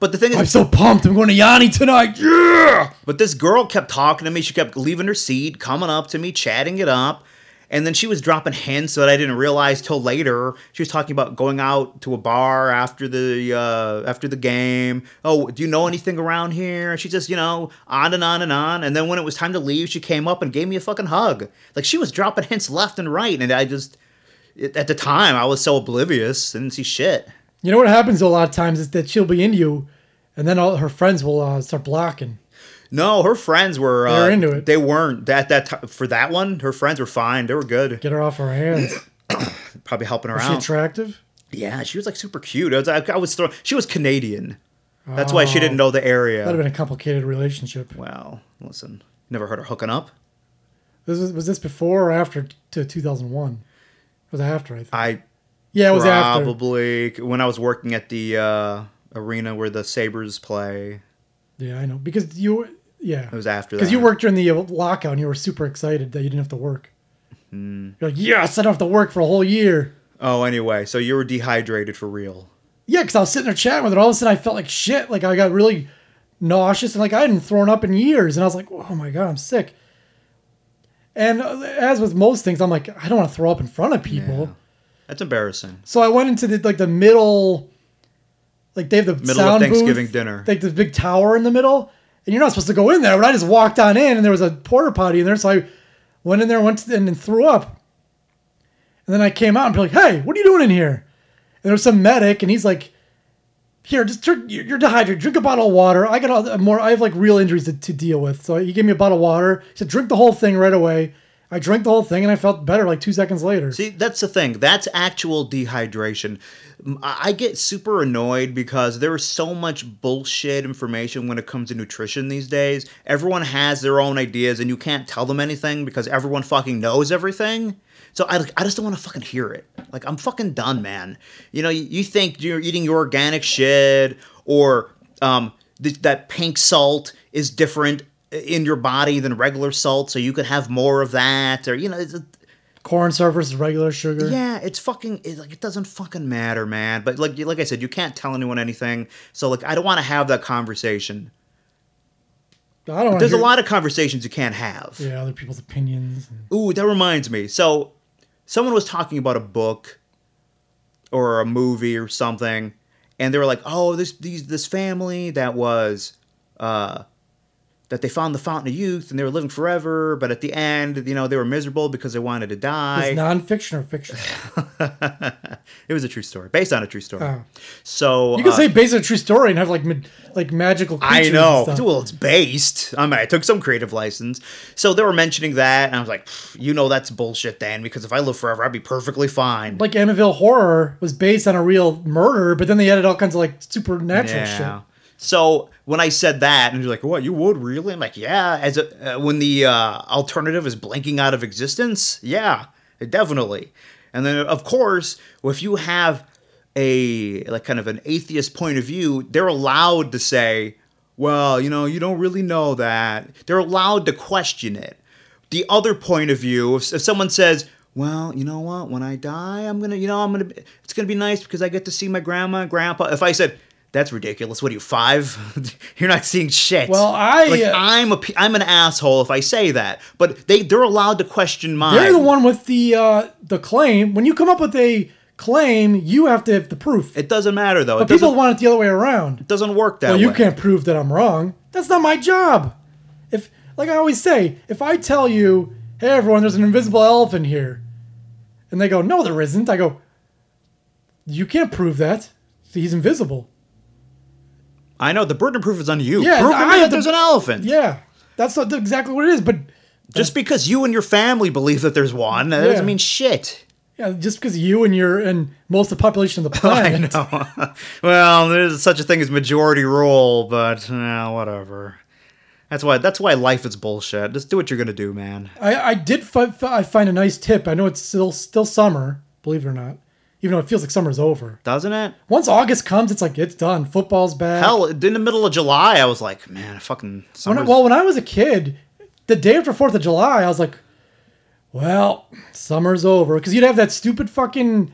Speaker 2: But the thing is,
Speaker 3: I'm so pumped. I'm going to Yanni tonight. Yeah.
Speaker 2: But this girl kept talking to me. She kept leaving her seat, coming up to me, chatting it up. And then she was dropping hints that I didn't realize till later. She was talking about going out to a bar after the uh, after the game. Oh, do you know anything around here? And she just, you know, on and on and on. And then when it was time to leave, she came up and gave me a fucking hug. Like she was dropping hints left and right, and I just, it, at the time, I was so oblivious, I didn't see shit.
Speaker 3: You know what happens a lot of times is that she'll be into you, and then all her friends will uh, start blocking.
Speaker 2: No, her friends were uh,
Speaker 3: were into it.
Speaker 2: They weren't at that time for that one. Her friends were fine. They were good.
Speaker 3: Get her off our hands. Is
Speaker 2: probably helping her
Speaker 3: she
Speaker 2: out.
Speaker 3: attractive?
Speaker 2: yeah, she was like super cute. I was, I, I was throw- she was Canadian. That's why she didn't know the area.
Speaker 3: Oh. That'd have been a complicated relationship.
Speaker 2: well, listen, never heard of hooking up.
Speaker 3: This was, was this before or after t- to 2001? It was after, I think.
Speaker 2: I
Speaker 3: Yeah, it was after.
Speaker 2: probably when I was working at the uh, arena where the Sabers play.
Speaker 3: Yeah, I know because you Yeah.
Speaker 2: It was after that.
Speaker 3: Because you worked during the uh, lockout and you were super excited that you didn't have to work.
Speaker 2: Hmm.
Speaker 3: You're like, yes, I don't have to work for a whole year.
Speaker 2: Oh, anyway, so you were dehydrated for real.
Speaker 3: Yeah, because I was sitting there chatting with her. All of a sudden, I felt like shit. Like I got really nauseous and like I hadn't thrown up in years. And I was like, oh my god, I'm sick. And uh, as with most things, I'm like, I don't want to throw up in front of people.
Speaker 2: Yeah. That's embarrassing.
Speaker 3: So I went into the like the middle, like they have the
Speaker 2: Middle
Speaker 3: sound
Speaker 2: of Thanksgiving
Speaker 3: booth,
Speaker 2: dinner.
Speaker 3: like this big tower in the middle, and you're not supposed to go in there. But I just walked on in, and there was a porta potty in there, so I went in there, went to, and then threw up. And then I came out and be like, "Hey, what are you doing in here?" And there was some medic, and he's like, "Here, just drink, you're you're dehydrated. Drink a bottle of water. I got all, more. I have like real injuries to, to deal with." So he gave me a bottle of water. He said, "Drink the whole thing right away." I drank the whole thing, and I felt better like two seconds later.
Speaker 2: See, that's the thing. That's actual dehydration. M- I I get super annoyed because there is so much bullshit information when it comes to nutrition these days. Everyone has their own ideas, and you can't tell them anything because everyone fucking knows everything. So I, I just don't want to fucking hear it. Like I'm fucking done, man. You know, you, you think you're eating your organic shit or um th- that pink salt is different uh, in your body than regular salt, so you could have more of that, or you know. It's,
Speaker 3: Corn syrup versus regular sugar.
Speaker 2: yeah, it's fucking it, like it doesn't fucking matter, man. But like like I said, you can't tell anyone anything. So like I don't want to have that conversation.
Speaker 3: I don't. wanna
Speaker 2: There's a
Speaker 3: hear-
Speaker 2: lot of conversations you can't have.
Speaker 3: Yeah, other people's opinions. and-
Speaker 2: Ooh, that reminds me. So someone was talking about a book or a movie or something, and they were like, "Oh, this these this family that was uh that they found the fountain of youth and they were living forever, but at the end, you know, they were miserable because they wanted to die."
Speaker 3: It's nonfiction or fiction.
Speaker 2: it was a true story, based on a true story.
Speaker 3: Oh.
Speaker 2: So
Speaker 3: You can
Speaker 2: uh,
Speaker 3: say based on a true story and have like mid, like magical. creatures
Speaker 2: I
Speaker 3: and
Speaker 2: know.
Speaker 3: stuff.
Speaker 2: Well, it's based. I mean, I took some creative license. So they were mentioning that, and I was like, "Pff, you know, that's bullshit, Dan, because if I live forever, I'd be perfectly fine.
Speaker 3: Like Amityville Horror was based on a real murder, but then they added all kinds of like supernatural
Speaker 2: yeah.
Speaker 3: shit.
Speaker 2: So when I said that, and you're like, what, you would really? I'm like, yeah, as a, uh, when the uh, alternative is blinking out of existence, yeah, definitely. And then, of course, if you have a, like, kind of an atheist point of view, they're allowed to say, well, you know, you don't really know that. They're allowed to question it. The other point of view, if, if someone says, well, you know what, when I die, I'm gonna, you know, I'm gonna, be- it's gonna be nice because I get to see my grandma and grandpa. If I said, that's ridiculous. What are you five? You're not seeing shit.
Speaker 3: Well, I,
Speaker 2: like,
Speaker 3: uh,
Speaker 2: I'm a, p- I'm an asshole if I say that. But they, they're allowed to question mine.
Speaker 3: They're the one with the uh the claim. When you come up with a claim, you have to have the proof.
Speaker 2: It doesn't matter though.
Speaker 3: but
Speaker 2: it doesn't,
Speaker 3: people want it the other way around.
Speaker 2: doesn't work that
Speaker 3: Well, you
Speaker 2: way.
Speaker 3: can't prove that I'm wrong. That's not my job. If like I always say, if I tell you, hey everyone, there's an invisible elephant here, and they go, no, there isn't. I go, you can't prove that. He's invisible.
Speaker 2: I know the burden of proof is on you.
Speaker 3: Yeah,
Speaker 2: Prove to
Speaker 3: I
Speaker 2: me
Speaker 3: have
Speaker 2: that
Speaker 3: the-
Speaker 2: there's an elephant.
Speaker 3: Yeah, that's not exactly what it is. But
Speaker 2: Just because you and your family believe that there's one, that
Speaker 3: Yeah.
Speaker 2: doesn't mean shit.
Speaker 3: yeah, just because you and your and most of the population of the
Speaker 2: Oh, I
Speaker 3: planet,
Speaker 2: know. well, there's such a thing as majority rule, but eh, whatever. That's why. That's why life is bullshit. Just do what you're gonna do, man.
Speaker 3: I, I did fi- fi- I find a nice tip. I know it's still still summer, believe it or not, even though it feels like summer's over.
Speaker 2: Doesn't it?
Speaker 3: Once August comes, it's like it's done. Football's back.
Speaker 2: Hell, in the middle of July, I was like, man, fucking.
Speaker 3: Uh, When I-
Speaker 2: summer's-
Speaker 3: well, when I was a kid, the day after Fourth of July, I was like, "Well, summer's over," because you'd have that stupid fucking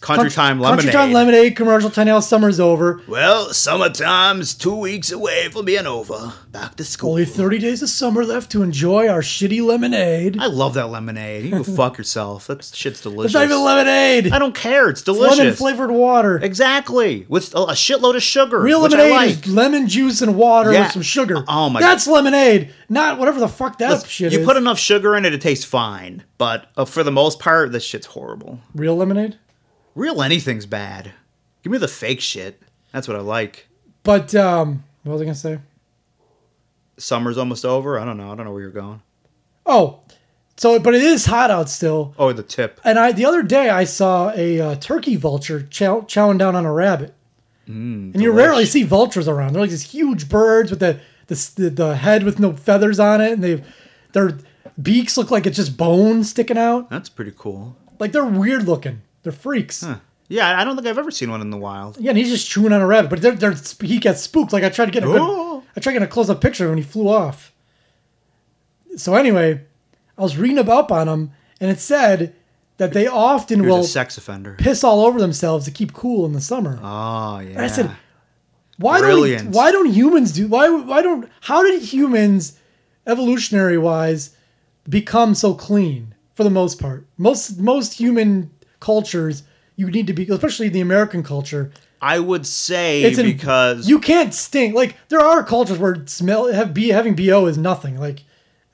Speaker 2: country time lemonade.
Speaker 3: Country Time Lemonade commercial. Time now, summer's over.
Speaker 2: Well, summertime's two weeks away from being over. Back to school.
Speaker 3: Only thirty days of summer left to enjoy our shitty lemonade.
Speaker 2: I love that lemonade. You can go fuck yourself. That shit's delicious.
Speaker 3: It's not even lemonade.
Speaker 2: I don't care. It's delicious.
Speaker 3: Lemon flavored water.
Speaker 2: Exactly. With a, a shitload of sugar.
Speaker 3: Real
Speaker 2: which
Speaker 3: lemonade
Speaker 2: I like.
Speaker 3: is lemon juice and water
Speaker 2: Yeah.
Speaker 3: with some sugar.
Speaker 2: Oh my-
Speaker 3: That's lemonade, not whatever the fuck that shit
Speaker 2: you
Speaker 3: is.
Speaker 2: put enough sugar in it, it tastes fine. But uh, for the most part, this shit's horrible.
Speaker 3: Real lemonade.
Speaker 2: Real anything's bad. Give me the fake shit. That's what I like.
Speaker 3: But um, what was I gonna say?
Speaker 2: Summer's almost over. I don't know. I don't know where you're going.
Speaker 3: Oh, so but it is hot out still.
Speaker 2: Oh, the tip.
Speaker 3: And I the other day I saw a uh, turkey vulture chow, chowing down on a rabbit.
Speaker 2: Mm,
Speaker 3: and you rarely see vultures around. They're like these huge birds with the the, s- the the head with no feathers on it, and they their beaks look like it's just bone sticking out.
Speaker 2: That's pretty cool.
Speaker 3: Like they're weird looking. They're freaks.
Speaker 2: Huh. Yeah, I don't think I've ever seen one in the wild.
Speaker 3: Yeah, and he's just chewing on a rabbit, but they're, they're, sp- he gets spooked. Like I tried to get a good,
Speaker 2: Oh.
Speaker 3: I tried to close a picture when he flew off. So anyway, I was reading about on him, and it said that they often
Speaker 2: He was
Speaker 3: will
Speaker 2: a sex offender.
Speaker 3: piss all over themselves to keep cool in the summer.
Speaker 2: Oh yeah.
Speaker 3: I said, why
Speaker 2: Brilliant.
Speaker 3: don't why don't humans do why why don't how did humans evolutionary wise become so clean for the most part? Most most human cultures you need to be especially the American culture.
Speaker 2: I would say
Speaker 3: It's in-
Speaker 2: because
Speaker 3: you can't stink. Like there are cultures where smell have b having bo is nothing. Like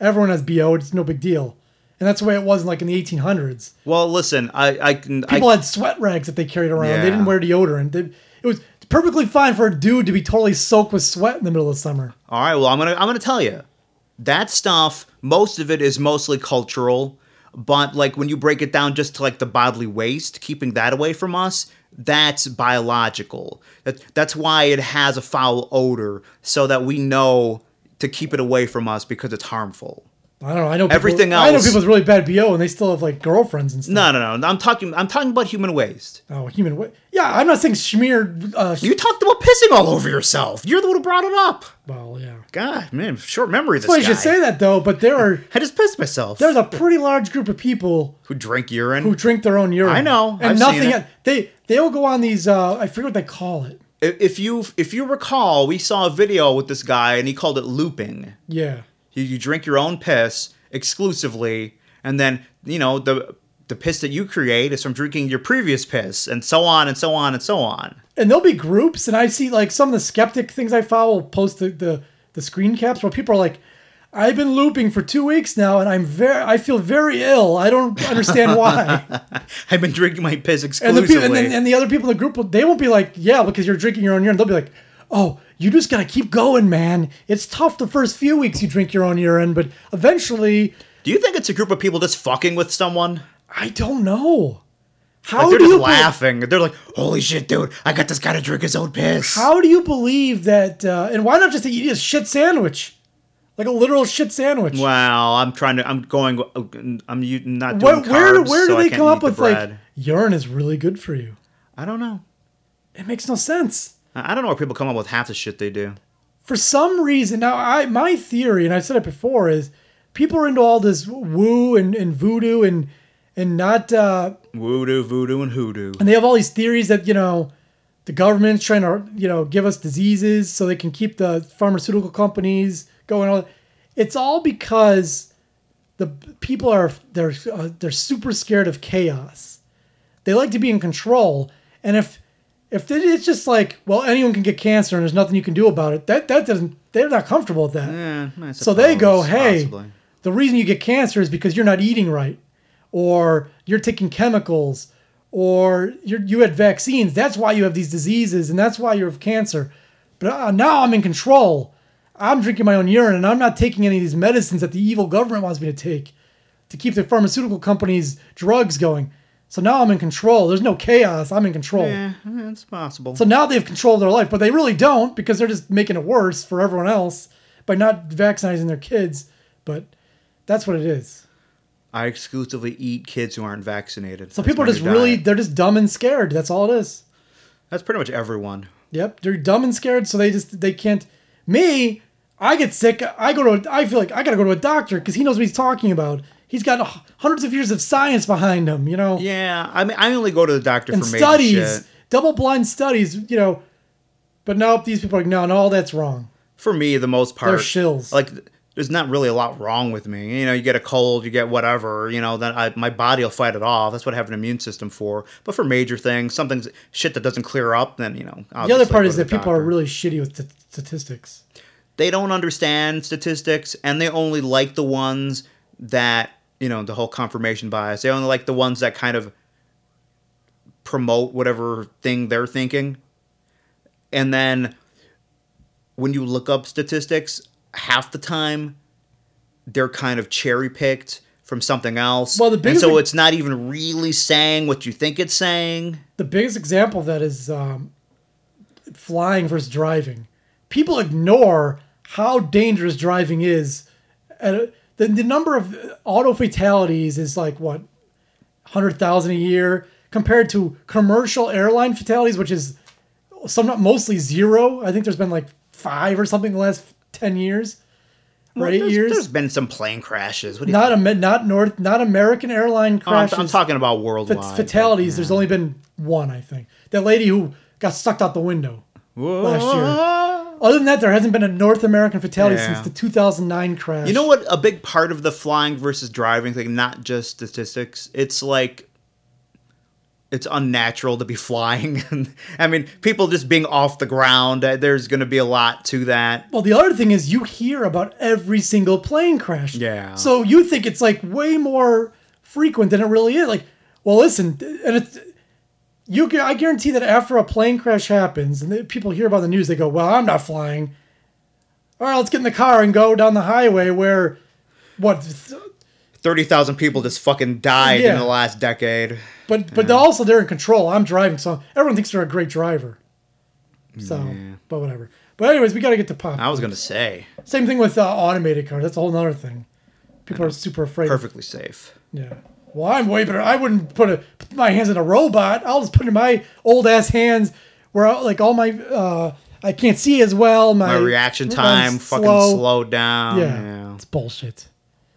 Speaker 3: everyone has bo, it's no big deal. And that's the way it was like in the 1800s.
Speaker 2: well, listen, I I can I,
Speaker 3: People had sweat rags that they carried around. They
Speaker 2: Yeah.
Speaker 3: didn't wear deodorant. They, it was perfectly fine for a dude to be totally soaked with sweat in the middle of summer.
Speaker 2: All right. Well, I'm gonna I'm gonna tell you that stuff. Most of it is mostly cultural, but like when you break it down just to like the bodily waste, keeping that away from us, that's biological. That that's why it has a foul odor, so that we know to keep it away from us because it's harmful.
Speaker 3: I don't know. I know people,
Speaker 2: Everything
Speaker 3: I know
Speaker 2: else-
Speaker 3: people with really bad bo and they still have like girlfriends and stuff.
Speaker 2: No, no, no. I'm talking I'm talking about human waste.
Speaker 3: Oh, human. wa- Yeah, I'm not saying smeared. Uh, sh-
Speaker 2: You talked about pissing all over yourself. You're the one who brought it up.
Speaker 3: well, yeah.
Speaker 2: God, man, short memory. This
Speaker 3: Well, you
Speaker 2: guy.
Speaker 3: should say that though. But there are
Speaker 2: I just pissed myself.
Speaker 3: there's a pretty large group of people
Speaker 2: who drink urine.
Speaker 3: who drink their own urine.
Speaker 2: I know.
Speaker 3: and
Speaker 2: I've
Speaker 3: nothing.
Speaker 2: seen it.
Speaker 3: They they'll go on these. Uh, I forget what they call it.
Speaker 2: If if you if you recall, we saw a video with this guy and he called it looping.
Speaker 3: Yeah,
Speaker 2: You, you drink your own piss exclusively, and then you know the the piss that you create is from drinking your previous piss, and so on and so on and so on.
Speaker 3: and there'll be groups, and I see like some of the skeptic things I follow will post the the, the screen caps where people are like. I've been looping for two weeks now, and I'm very. I feel very ill. I don't understand why.
Speaker 2: I've been drinking my piss
Speaker 3: and the
Speaker 2: exclusively.
Speaker 3: people, and, then, and the other people in the group, will- they won't be like, "Yeah, because you're drinking your own urine." They'll be like, "Oh, you just gotta keep going, man. It's tough the first few weeks you drink your own urine, but eventually,
Speaker 2: Do you think it's a group of people just fucking with someone?
Speaker 3: I don't know. How
Speaker 2: Like they're
Speaker 3: do
Speaker 2: just
Speaker 3: you be-
Speaker 2: laughing. They're like, "Holy shit, dude! I got this guy to drink his own piss."
Speaker 3: How do you believe that? Uh, and why not just eat a shit sandwich, like a literal shit sandwich?
Speaker 2: Wow, I'm trying to. I'm going. I'm u- not doing
Speaker 3: Where-
Speaker 2: carbs.
Speaker 3: where where do
Speaker 2: so I
Speaker 3: they
Speaker 2: can't
Speaker 3: come
Speaker 2: eat
Speaker 3: up
Speaker 2: the
Speaker 3: with like
Speaker 2: bread.
Speaker 3: urine is really good for you?
Speaker 2: I don't know.
Speaker 3: It makes no sense.
Speaker 2: I I don't know where people come up with half the shit they do.
Speaker 3: for some reason now i my theory and i've said it before is people are into all this woo and, and voodoo and and not uh
Speaker 2: Voodoo, voodoo, and hoodoo.
Speaker 3: and they have all these theories that you know the government's trying to you know give us diseases so they can keep the pharmaceutical companies going on it's all because the people are they're uh, they're super scared of chaos they like to be in control and if if it- it's just like well anyone can get cancer and there's nothing you can do about it that that doesn't they're not comfortable with that
Speaker 2: Yeah, Eh, I
Speaker 3: so they go,
Speaker 2: suppose,
Speaker 3: hey,
Speaker 2: possibly.
Speaker 3: the reason you get cancer is because you're not eating right, or you're taking chemicals, or you're, you had vaccines. That's why you have these diseases, and that's why you have cancer. But uh, now I'm in control. I'm drinking my own urine, and I'm not taking any of these medicines that the evil government wants me to take to keep the pharmaceutical companies' drugs going. So now I'm in control. There's no chaos. I'm in control.
Speaker 2: Yeah, yeah, it's possible.
Speaker 3: So now they've controlled their life, but they really don't because they're just making it worse for everyone else by not vaccinating their kids. But that's what it is.
Speaker 2: I exclusively eat kids who aren't vaccinated.
Speaker 3: So
Speaker 2: That's
Speaker 3: people are
Speaker 2: my
Speaker 3: just
Speaker 2: new
Speaker 3: really,
Speaker 2: diet.
Speaker 3: they're just dumb and scared. That's all it is.
Speaker 2: That's pretty much everyone.
Speaker 3: Yep. They're dumb and scared. So they just, they can't. Me, I get sick. I go to, a, I feel like I got to go to a doctor because he knows what he's talking about. He's got h- hundreds of years of science behind him, you know?
Speaker 2: Yeah, I mean, I only go to the doctor
Speaker 3: and
Speaker 2: for
Speaker 3: studies,
Speaker 2: Shit.
Speaker 3: double blind studies, you know. But nope, these people are like, no, no, that's wrong.
Speaker 2: For me, the most part,
Speaker 3: They're shills.
Speaker 2: Like, there's not really a lot wrong with me. You know, you get a cold, you get whatever. You know, then I, my body will fight it off. That's what I have an immune system for. But for major things, something's shit that doesn't clear up, then you know.
Speaker 3: The other
Speaker 2: obviously
Speaker 3: part
Speaker 2: go
Speaker 3: is
Speaker 2: to
Speaker 3: that
Speaker 2: the
Speaker 3: people are
Speaker 2: doctor.
Speaker 3: really shitty with t- statistics.
Speaker 2: they don't understand statistics and they only like the ones that you know the whole confirmation bias they only like the ones that kind of promote whatever thing they're thinking and then when you look up statistics half the time they're kind of cherry picked from something else
Speaker 3: Well, the
Speaker 2: and
Speaker 3: biggest
Speaker 2: so
Speaker 3: thing-
Speaker 2: it's not even really saying what you think it's saying
Speaker 3: The biggest example of that is um, flying versus driving. People ignore how dangerous driving is. At a, the, the number of uh, auto fatalities is like what, 100,000 a year compared to commercial airline fatalities, which is some mostly zero. I think there's been like five or something the last ten years or
Speaker 2: Well,
Speaker 3: eight
Speaker 2: there's-
Speaker 3: years.
Speaker 2: There's been some plane crashes. What do you
Speaker 3: Not
Speaker 2: think?
Speaker 3: a not North not American airline
Speaker 2: Oh, I'm-
Speaker 3: crashes.
Speaker 2: I'm, talking about
Speaker 3: fat-
Speaker 2: worldwide. but-
Speaker 3: fatalities. There's only been one, I think. That lady who got sucked out the window. last year. Other than that, there hasn't been a North American fatality
Speaker 2: Yeah.
Speaker 3: since the 2009 crash.
Speaker 2: You know what? A big part of the flying versus driving thing, not just statistics, it's like it's unnatural to be flying. I mean, people just being off the ground, uh, there's going to be a lot to that.
Speaker 3: Well, the other thing is you hear about every single plane crash.
Speaker 2: Yeah.
Speaker 3: So you think it's like way more frequent than it really is. Like, well, listen, and it's you. gu- I guarantee that after a plane crash happens and the- people hear about the news, they go, "Well, I'm not flying." All right, let's get in the car and go down the highway where, what? th-
Speaker 2: 30,000 people just fucking died
Speaker 3: Yeah.
Speaker 2: in the last decade.
Speaker 3: But but also they're in control. I'm driving, so everyone thinks they're a great driver. So, but whatever. But anyways, we got to get to pop.
Speaker 2: I was going to say,
Speaker 3: Same thing with uh, automated cars. That's a whole nother thing. People are super afraid. of-
Speaker 2: perfectly safe.
Speaker 3: Yeah. Well, I'm way better. I wouldn't put, a, put my hands in a robot. I'll just put in my old ass hands where I, like all my uh, I can't see as well. My,
Speaker 2: My reaction
Speaker 3: I'm
Speaker 2: time fucking slowed down.
Speaker 3: Yeah.
Speaker 2: yeah.
Speaker 3: It's bullshit.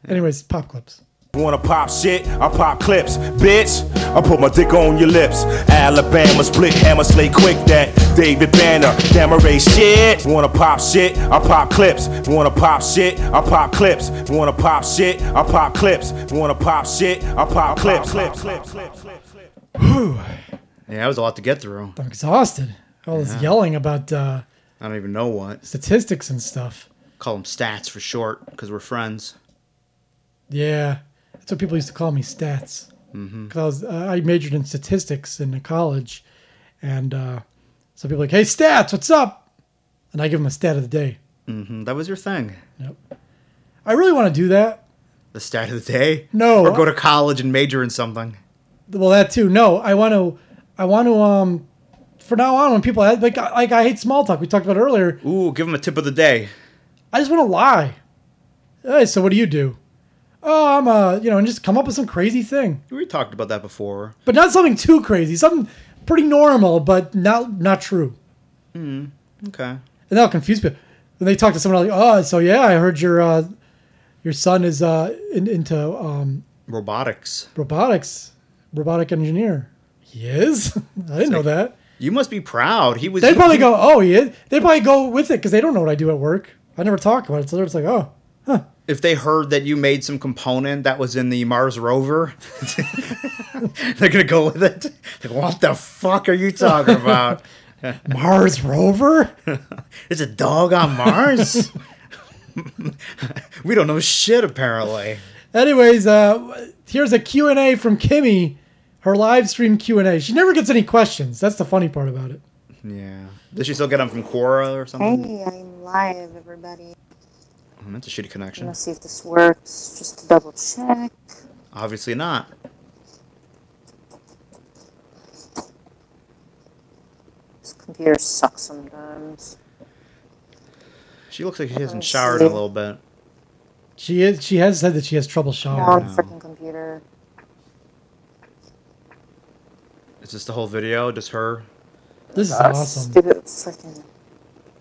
Speaker 3: Anyways, pop clips.
Speaker 4: Wanna pop shit? I pop clips, bitch. I put my dick on your lips. Alabama split hammer slay quick that David Banner, Gamma Ray shit. Wanna pop shit? I pop clips. Wanna pop shit? I pop clips. Wanna pop shit? I pop clips. Wanna pop shit? I pop clips. clips, clips, clips, clips, clips.
Speaker 2: Yeah, that was a lot to get through.
Speaker 3: I'm exhausted. All this yelling about uh,
Speaker 2: I don't even know what.
Speaker 3: statistics and stuff.
Speaker 2: Call them stats for short because we're friends.
Speaker 3: Yeah, that's what people used to call me, stats. Because I was uh, I majored in statistics in college, and uh, so people are like, "Hey, stats, what's up?" And I give them a stat of the day.
Speaker 2: Mm, That was your thing.
Speaker 3: Yep. I really want to do that.
Speaker 2: The stat of the day?
Speaker 3: No.
Speaker 2: Or go to college and major in something.
Speaker 3: Well, that too. No, I want to. I want to. Um, for now on, when people like I- like I hate small talk. We talked about earlier.
Speaker 2: Ooh, give him a tip of the day.
Speaker 3: I just want to lie. Hey, so what do you do? Oh, I'm uh, you know, and just come up with some crazy thing.
Speaker 2: We talked about that before.
Speaker 3: but not something too crazy. Something pretty normal, but not not true.
Speaker 2: Okay.
Speaker 3: And that'll confuse people. When they talk to someone like, "Oh, so yeah, I heard your uh, your son is uh, in, into um,
Speaker 2: Robotics.
Speaker 3: robotics, robotic engineer." He is. I didn't know that.
Speaker 2: You must be proud. He was.
Speaker 3: They'd probably go, "Oh, he is." They'd probably go with it because they don't know what I do at work. I never talk about it, so they're just like, "Oh,
Speaker 2: If they heard that you made some component that was in the Mars rover, they're gonna go with it. Like, what the fuck are you talking about?
Speaker 3: Mars rover."
Speaker 2: There's a dog on Mars. we don't know shit apparently.
Speaker 3: Anyways, uh, here's a Q&A from Kimmy, her live stream Q&A. She never gets any questions. That's the funny part about it.
Speaker 2: Yeah. Does she still get them from Quora or something?
Speaker 3: Mm.
Speaker 5: Hey, I'm live, everybody.
Speaker 3: Oh.
Speaker 2: Mm, That's a shitty connection.
Speaker 5: Let's see if this works. Just to double check.
Speaker 2: Obviously not.
Speaker 5: This computer sucks sometimes.
Speaker 2: She looks like she hasn't
Speaker 5: Let's
Speaker 2: showered in a
Speaker 5: see.
Speaker 2: little bit.
Speaker 3: She is. She has said that she has trouble
Speaker 5: Wrong
Speaker 3: showering.
Speaker 5: freaking computer.
Speaker 2: Is this the whole video? Just her
Speaker 3: This is awesome.
Speaker 5: Stupid freaking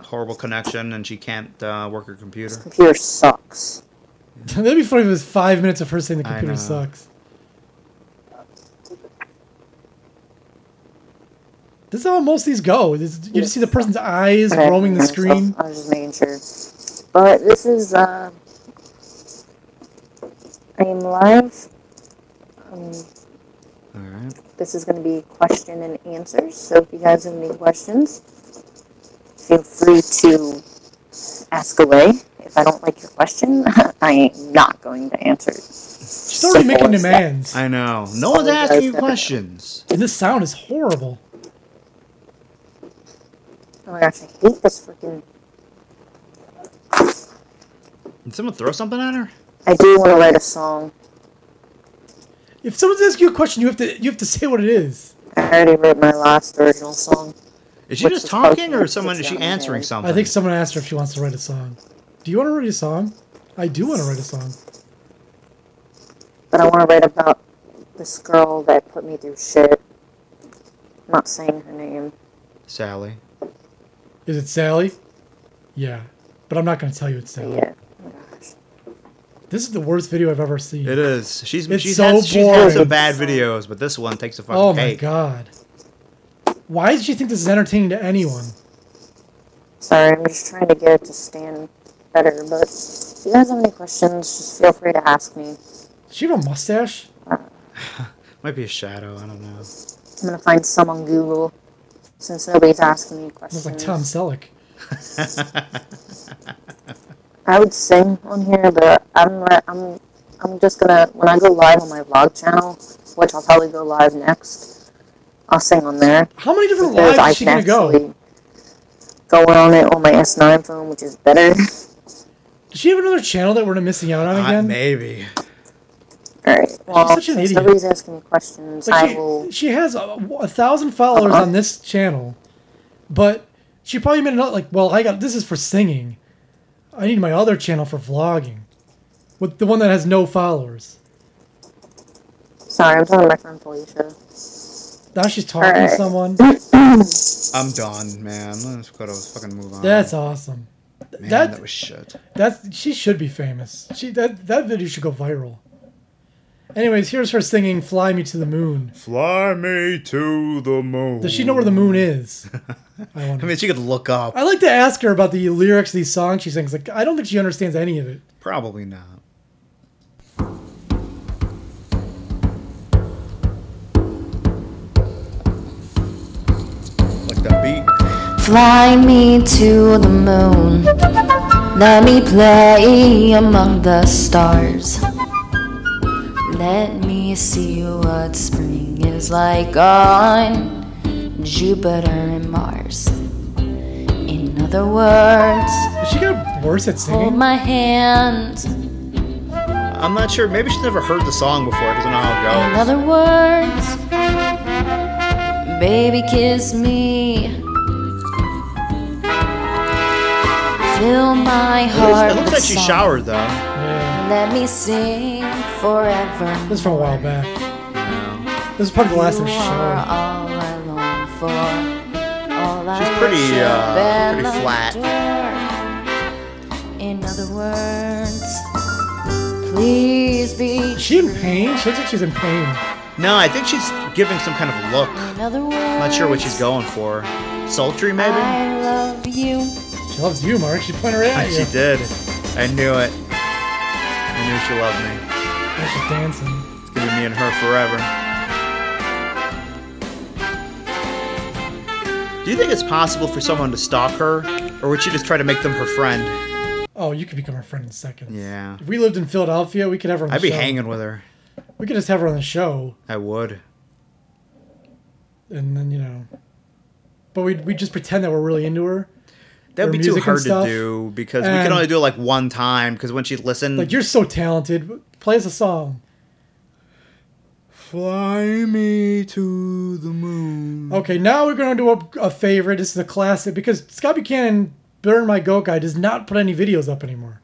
Speaker 2: horrible connection, and she can't uh, work her computer.
Speaker 5: computer sucks.
Speaker 3: That'd be funny if it was five minutes of her saying the
Speaker 2: I
Speaker 3: computer
Speaker 2: know.
Speaker 3: sucks. This is how most of these go. This, you just see the person's eyes
Speaker 5: Okay,
Speaker 3: roaming the
Speaker 5: myself,
Speaker 3: screen.
Speaker 5: I was just making sure. But this is, uh, I am live. Um,
Speaker 2: All right.
Speaker 5: This is going to be question and answers. So if you guys have any questions, feel free to ask away. If I don't like your question, I am not going to answer. it.
Speaker 3: She's already making
Speaker 5: Simple as that.
Speaker 3: demands.
Speaker 2: I know. No one's asking you questions.
Speaker 3: And this sound is horrible.
Speaker 5: Oh my gosh, I hate this freaking.
Speaker 2: Did someone throw something at her?
Speaker 5: I do want to write a song.
Speaker 3: If someone's asking you a question, you have to you have to say what it is.
Speaker 5: I already wrote my last original song.
Speaker 2: Is she
Speaker 5: What's
Speaker 2: just
Speaker 5: this called?
Speaker 2: talking, or is someone is
Speaker 5: It's
Speaker 2: she
Speaker 5: down here.
Speaker 2: answering something?
Speaker 3: I think someone asked her if she wants to write a song. Do you want to write a song? I do want to write a song.
Speaker 5: But I want to write about this girl that put me through shit. I'm not saying her name.
Speaker 2: Sally.
Speaker 3: Is it Sally? Yeah, but I'm not going to tell you it's Sally.
Speaker 5: Yeah. Oh
Speaker 3: This is the worst video I've ever seen.
Speaker 2: It is. She's
Speaker 3: It's
Speaker 2: she's,
Speaker 3: so
Speaker 2: had, she's had
Speaker 3: boring.
Speaker 2: some bad videos, but this one takes a fucking
Speaker 3: oh my
Speaker 2: cake.
Speaker 3: god. Why does she think this is entertaining to anyone?
Speaker 5: Sorry, I'm just trying to get it to stand better. But if you guys have any questions, just feel free to ask me.
Speaker 3: Does she have a mustache?
Speaker 2: Might be a shadow. I don't know.
Speaker 5: I'm gonna find some on Google since nobody's asking me
Speaker 3: Looks
Speaker 5: questions.
Speaker 3: like Tom Selleck.
Speaker 5: I would sing on here, but I'm I'm I'm just gonna when I go live on my vlog channel, which I'll probably go live next. I'll sing on there.
Speaker 3: How many different
Speaker 5: because
Speaker 3: lives is she gonna go?
Speaker 5: actually go on it on my S9 phone, which is better.
Speaker 3: Does she have another channel that we're not missing out on
Speaker 2: Uh,
Speaker 3: again?
Speaker 2: maybe.
Speaker 5: All right. Well,
Speaker 3: such an
Speaker 5: since
Speaker 3: idiot.
Speaker 5: nobody's asking me questions,
Speaker 3: Like
Speaker 5: I
Speaker 3: she,
Speaker 5: will. Uh-huh.
Speaker 3: she has a, a thousand followers on this channel, but she probably made another like. Well, I got this is for singing. I need my other channel for vlogging, with the one that has no followers.
Speaker 5: Sorry, I'm talking to my friend Felicia.
Speaker 3: Now she's talking
Speaker 5: All
Speaker 3: to
Speaker 5: right.
Speaker 3: someone.
Speaker 2: I'm done, man. Let's go to fucking move on.
Speaker 3: That's awesome.
Speaker 2: man,
Speaker 3: that-
Speaker 2: that, was shit.
Speaker 3: That's she should be famous. She that that video should go viral. Anyways, here's her singing "Fly Me to the Moon."
Speaker 2: Fly me to the moon.
Speaker 3: Does she know where the moon is? I
Speaker 2: I
Speaker 3: wonder.
Speaker 2: mean, she could look up.
Speaker 3: I like to ask her about the lyrics of these songs she sings. Like, I don't think she understands any of it.
Speaker 2: Probably not. Like that beat.
Speaker 6: Fly me to the moon. Let me play among the stars. Let me see what spring is like on Jupiter and Mars. In other words,
Speaker 3: Has she got worse at
Speaker 6: hold
Speaker 3: singing?
Speaker 6: Oh, my hand.
Speaker 2: I'm not sure. Maybe she's never heard the song before. Doesn't know how it
Speaker 6: In
Speaker 2: goes.
Speaker 6: other words, baby, kiss me. Fill my heart
Speaker 2: It looks
Speaker 6: with
Speaker 2: like she
Speaker 6: song.
Speaker 2: showered though.
Speaker 3: Yeah.
Speaker 6: Let me sing forever.
Speaker 3: This is from a while back. This is probably the last time
Speaker 6: You
Speaker 3: she
Speaker 6: are
Speaker 3: showed.
Speaker 6: all I long for. All I
Speaker 2: She's pretty,
Speaker 6: worship
Speaker 2: uh, pretty
Speaker 6: and
Speaker 2: flat.
Speaker 6: adore. In other words, please be.
Speaker 3: Is she in pain? She looks like she's in pain.
Speaker 2: No, I think she's giving some kind of look.
Speaker 6: In other words,
Speaker 2: I'm not sure what she's going for. Sultry, maybe?
Speaker 6: I love you.
Speaker 3: She loves you, Mark. She pointed right at you.
Speaker 2: she did. I knew it. I knew she loved me.
Speaker 3: Yeah, she's dancing.
Speaker 2: It's gonna be me and her forever. Do you think it's possible for someone to stalk her, or would she just try to make them her friend?
Speaker 3: Oh, you could become her friend in seconds.
Speaker 2: Yeah.
Speaker 3: If we lived in Philadelphia, we could have her on the
Speaker 2: I'd be
Speaker 3: show.
Speaker 2: hanging with her.
Speaker 3: We could just have her on the show,
Speaker 2: I would.
Speaker 3: and then you know. But we we just pretend that we're really into her.
Speaker 2: That'd
Speaker 3: Her
Speaker 2: be too
Speaker 3: music and
Speaker 2: hard to
Speaker 3: stuff.
Speaker 2: do because we
Speaker 3: And-
Speaker 2: could only do it like one time. Because when she listened,
Speaker 3: Like you're so talented. Play us a song.
Speaker 2: fly me to the moon.
Speaker 3: Okay, now we're gonna do a, a favorite. This is a classic because Scott Buchanan, Burn My Goat Guy, does not put any videos up anymore.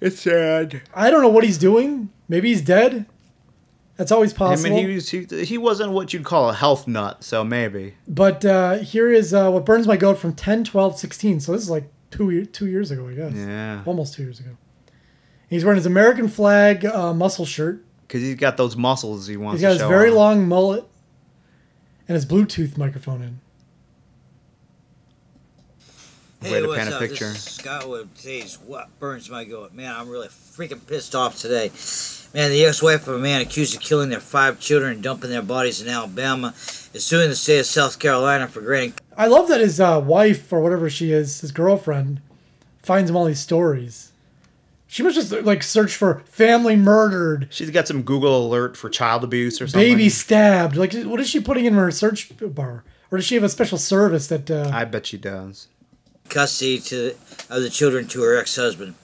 Speaker 2: It's sad.
Speaker 3: I don't know what he's doing. Maybe he's dead. That's always
Speaker 2: I
Speaker 3: possible.
Speaker 2: mean, he, was, he he wasn't what you'd call a health nut, so maybe.
Speaker 3: but uh, here is uh, what burns my goat from 10, 12, 16. So this is like two year, two years ago, I guess.
Speaker 2: Yeah.
Speaker 3: Almost two years ago. He's wearing his American flag uh, muscle shirt.
Speaker 2: Because he's got those muscles he wants
Speaker 3: He's got
Speaker 2: to
Speaker 3: his
Speaker 2: show
Speaker 3: very
Speaker 2: off.
Speaker 3: long mullet and his Bluetooth microphone in.
Speaker 2: Way
Speaker 7: Hey,
Speaker 2: to
Speaker 7: what's
Speaker 2: paint a
Speaker 7: up?
Speaker 2: picture.
Speaker 7: This is Scott with today's What Burns My Goat. Man, I'm really freaking pissed off today. Man, the ex-wife of a man accused of killing their five children and dumping their bodies in Alabama is suing the state of South Carolina for granting
Speaker 3: I love that his uh, wife or whatever she is, his girlfriend, finds him all these stories. She must just like search for family murdered,
Speaker 2: She's got some Google alert for child abuse or something.
Speaker 3: baby stabbed. Like, what is she putting in her search bar? Or does she have a special service that? Uh,
Speaker 2: I bet she does.
Speaker 7: custody to of the children to her ex-husband.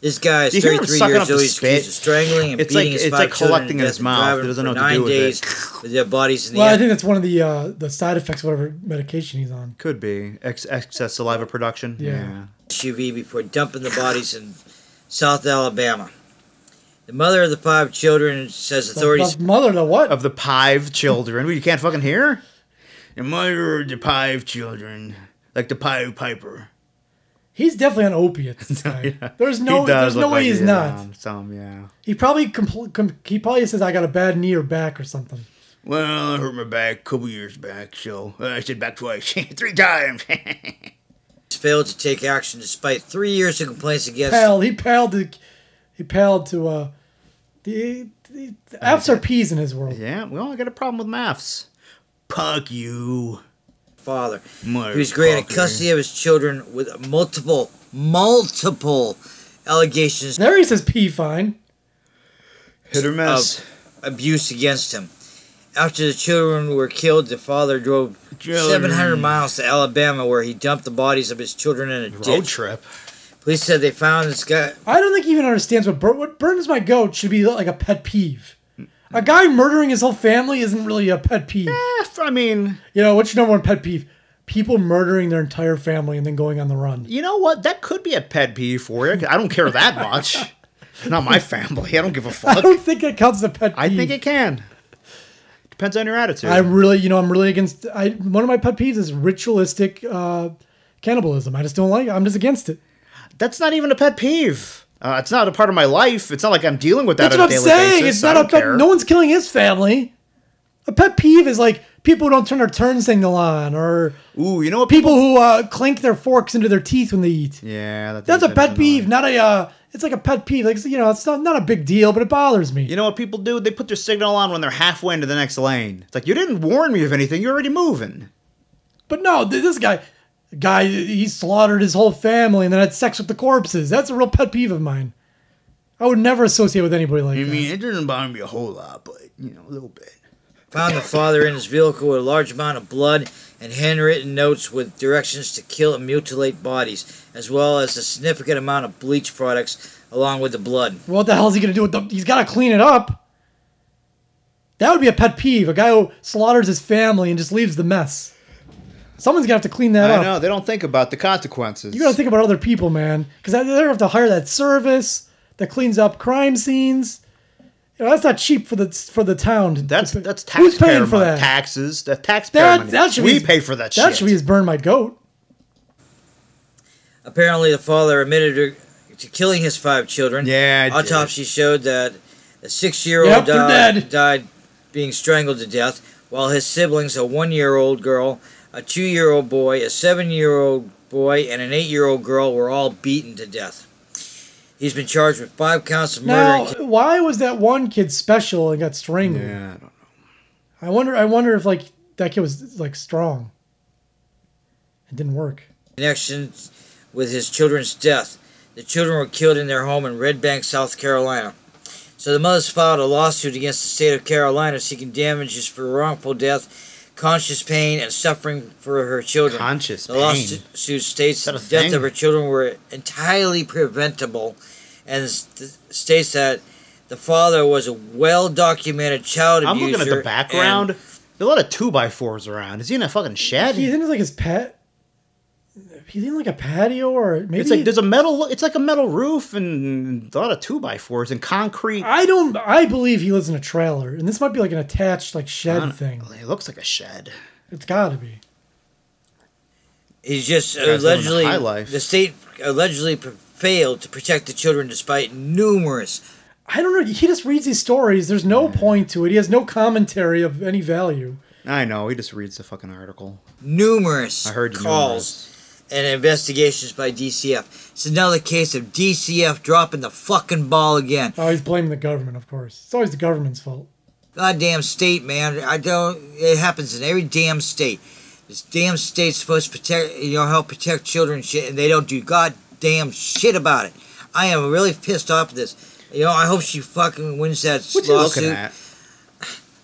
Speaker 7: This guy is
Speaker 2: Do you hear him
Speaker 7: 33
Speaker 2: sucking
Speaker 7: years
Speaker 2: up
Speaker 7: old.
Speaker 2: the
Speaker 7: He's accused
Speaker 2: spit?
Speaker 7: of strangling and
Speaker 2: It's
Speaker 7: beating
Speaker 2: like-
Speaker 7: his
Speaker 2: it's
Speaker 7: five
Speaker 2: like
Speaker 7: children
Speaker 2: collecting
Speaker 7: and
Speaker 2: in his
Speaker 7: death
Speaker 2: mouth. He
Speaker 7: depriving
Speaker 2: doesn't
Speaker 7: for
Speaker 2: know what to
Speaker 7: nine
Speaker 2: do with it.
Speaker 7: days with their bodies in the
Speaker 3: well, I think that's one of the uh, the side effects, of whatever medication he's on.
Speaker 2: Could be. Ex- excess saliva production.
Speaker 3: Yeah.
Speaker 7: SUV before dumping the bodies in South Alabama. The mother of the five children says
Speaker 3: The,
Speaker 7: authorities
Speaker 3: the mother, the what?
Speaker 2: Of the Pive children. What, you can't fucking hear? The mother of the Pive children. Like the Pied Piper.
Speaker 3: He's definitely on opiates. This guy. There's
Speaker 2: He
Speaker 3: no,
Speaker 2: does
Speaker 3: there's no
Speaker 2: look like
Speaker 3: way
Speaker 2: is
Speaker 3: he's
Speaker 2: um,
Speaker 3: not.
Speaker 2: on Some, yeah.
Speaker 3: He probably compl- com- he probably says I got a bad knee or back or something.
Speaker 2: Well, I hurt my back a couple years back, so uh, I said back twice, three times.
Speaker 7: failed to take action despite three years of complaints against
Speaker 3: Paled. He paled to he paled to uh the, the, the F's are P's in his world.
Speaker 2: yeah, well, I got a problem with maths. Puck you.
Speaker 7: father.
Speaker 2: Motherfucker.
Speaker 7: He was granted custody of his children with multiple, multiple allegations of
Speaker 3: There he says P fine.
Speaker 2: Hit or miss.
Speaker 7: abuse against him. After the children were killed, the father drove
Speaker 2: Children.
Speaker 7: 700 miles to Alabama where he dumped the bodies of his children in a
Speaker 2: Road
Speaker 7: ditch.
Speaker 2: trip.
Speaker 7: Police said they found this guy.
Speaker 3: I don't think he even understands what bur- what burns my goat should be like a pet peeve. A guy murdering his whole family isn't really a pet peeve.
Speaker 2: Eh, I mean,
Speaker 3: You know what's your number one pet peeve? People murdering their entire family and then going on the run.
Speaker 2: you know what? That could be a pet peeve for you. 'cause I don't care that much. Not my family. I don't give a
Speaker 3: I
Speaker 2: fuck.
Speaker 3: don't think it counts as a pet peeve.
Speaker 2: I think it can. Depends on your attitude.
Speaker 3: I really, you know, I'm really against. I one of my pet peeves is ritualistic uh, cannibalism. I just don't like. it. I'm just against it.
Speaker 2: That's not even a pet peeve. Uh, it's not a part of my life. It's not like I'm dealing with that
Speaker 3: That's
Speaker 2: on
Speaker 3: what
Speaker 2: a
Speaker 3: I'm
Speaker 2: daily
Speaker 3: saying.
Speaker 2: basis.
Speaker 3: It's
Speaker 2: I
Speaker 3: not a
Speaker 2: don't
Speaker 3: pet.
Speaker 2: care.
Speaker 3: No one's killing his family. A pet peeve is like people who don't turn their turn signal on, or
Speaker 2: Ooh, you know what?
Speaker 3: people who uh, clink their forks into their teeth when they eat.
Speaker 2: Yeah, that
Speaker 3: That's
Speaker 2: does
Speaker 3: a pet
Speaker 2: annoy.
Speaker 3: peeve, not a. Uh, it's like a pet peeve. Like you know, it's not, not a big deal, but it bothers me.
Speaker 2: You know what people do? They put their signal on when they're halfway into the next lane. It's like you didn't warn me of anything. You're already moving.
Speaker 3: But no, th- this guy, guy, he slaughtered his whole family and then had sex with the corpses. That's a real pet peeve of mine. I would never associate with anybody like that.
Speaker 2: it didn't bother me a whole lot, but you know, a little bit.
Speaker 7: found the father in his vehicle with a large amount of blood and handwritten notes with directions to kill and mutilate bodies, as well as a significant amount of bleach products along with the blood.
Speaker 3: What the hell is he gonna do with the? He's gotta clean it up. That would be a pet peeve. A guy who slaughters his family and just leaves the mess. Someone's gonna have to clean that
Speaker 2: I
Speaker 3: up.
Speaker 2: know they don't think about the consequences.
Speaker 3: You gotta think about other people, man, because they're gonna have to hire that service that cleans up crime scenes. You know, that's not cheap for the for the town. to-
Speaker 2: that's
Speaker 3: to-
Speaker 2: that's taxpayer
Speaker 3: who's paying for
Speaker 2: money.
Speaker 3: that?
Speaker 2: Taxes. That taxpayer
Speaker 3: That,
Speaker 2: money.
Speaker 3: that should
Speaker 2: we
Speaker 3: be,
Speaker 2: pay for that,
Speaker 3: That
Speaker 2: shit.
Speaker 3: should be his burn my goat.
Speaker 7: Apparently, the father admitted to, to killing his five children.
Speaker 2: Yeah, I did.
Speaker 7: Autopsy showed that the six year old
Speaker 3: Yep, they're
Speaker 7: died,
Speaker 3: dead.
Speaker 7: died being strangled to death, while his siblings, a one year old girl, a two year old boy, a seven year old boy, and an eight year old girl, were all beaten to death. He's been charged with five counts of murder.
Speaker 3: Now, why was that one kid special and got strangled?
Speaker 2: Yeah, I don't know.
Speaker 3: I wonder. I wonder if like that kid was like strong. It didn't work.
Speaker 7: connection with his children's death. The children were killed in their home in Red Bank, South Carolina. So the mothers filed a lawsuit against the state of Carolina seeking damages for wrongful death, conscious pain, and suffering for her children.
Speaker 2: Conscious
Speaker 7: the
Speaker 2: pain.
Speaker 7: lawsuit states
Speaker 2: that
Speaker 7: that
Speaker 2: a
Speaker 7: the death
Speaker 2: thing?
Speaker 7: of her children were entirely preventable and st- states that the father was a well documented child
Speaker 2: I'm
Speaker 7: abuser.
Speaker 2: looking at the
Speaker 7: and-
Speaker 2: background. There's a lot of two by fours around. Is he in a fucking shed?
Speaker 3: He's in like his pet. He's in like a patio or maybe.
Speaker 2: It's like there's a metal. It's like a metal roof and a lot of two by fours and concrete.
Speaker 3: I don't. I believe he lives in a trailer, and this might be like an attached like shed thing.
Speaker 2: It looks like a shed.
Speaker 3: It's got to be.
Speaker 7: He's just
Speaker 2: Guy's living the
Speaker 7: allegedly
Speaker 2: high life.
Speaker 7: the state allegedly p- failed to protect the children despite numerous.
Speaker 3: I don't know. He just reads these stories. There's no point to it. He has no commentary of any value.
Speaker 2: I know. He just reads the fucking article.
Speaker 7: Numerous
Speaker 2: I heard you
Speaker 7: calls and investigations by DCF. It's another case of DCF dropping the fucking ball again.
Speaker 3: Oh, he's blaming the government, of course. It's always the government's fault.
Speaker 7: Goddamn state, man. I don't. It happens in every damn state. This damn state's supposed to protect, you know, help protect children and shit, and they don't do goddamn shit about it. I am really pissed off at this. You know, I hope she fucking wins that
Speaker 2: What's he
Speaker 7: lawsuit.
Speaker 2: looking at?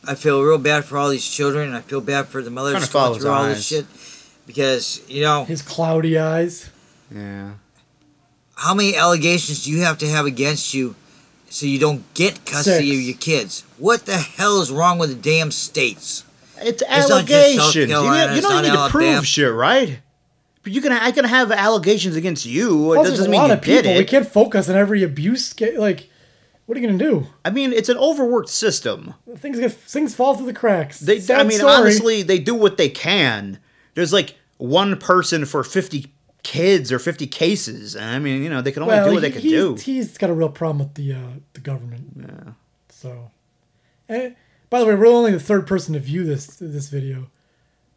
Speaker 7: I feel real bad for all these children, and I feel bad for the
Speaker 2: Trying
Speaker 7: mothers
Speaker 2: to follow
Speaker 7: going
Speaker 2: his
Speaker 7: through all
Speaker 2: eyes.
Speaker 7: this shit. Because you know,
Speaker 3: His cloudy eyes.
Speaker 2: Yeah.
Speaker 7: how many allegations do you have to have against you so you don't get custody
Speaker 3: Six.
Speaker 7: of your kids? What the hell is wrong with the damn states?
Speaker 2: It's
Speaker 7: not just South
Speaker 2: allegations. You,
Speaker 7: Carolina,
Speaker 2: don't- you
Speaker 7: it's
Speaker 2: don't
Speaker 7: not
Speaker 2: need to
Speaker 7: Alabama.
Speaker 2: prove shit, right? But you can. I can have allegations against you. It
Speaker 3: Plus, there's
Speaker 2: doesn't
Speaker 3: a
Speaker 2: mean
Speaker 3: lot
Speaker 2: you
Speaker 3: of people.
Speaker 2: did it.
Speaker 3: We can't focus on every abuse. Ca- like, what are you gonna do?
Speaker 2: I mean, it's an overworked system.
Speaker 3: Things get things fall through the cracks.
Speaker 2: They.
Speaker 3: Sad
Speaker 2: I mean,
Speaker 3: story.
Speaker 2: honestly, they do what they can. There's like one person for fifty kids or 50 cases. I mean, you know, they could only
Speaker 3: well,
Speaker 2: do what they
Speaker 3: he-
Speaker 2: could
Speaker 3: he's,
Speaker 2: do.
Speaker 3: he's got a real problem with the uh, the government. Yeah. So, and by the way, we're only the third person to view this this video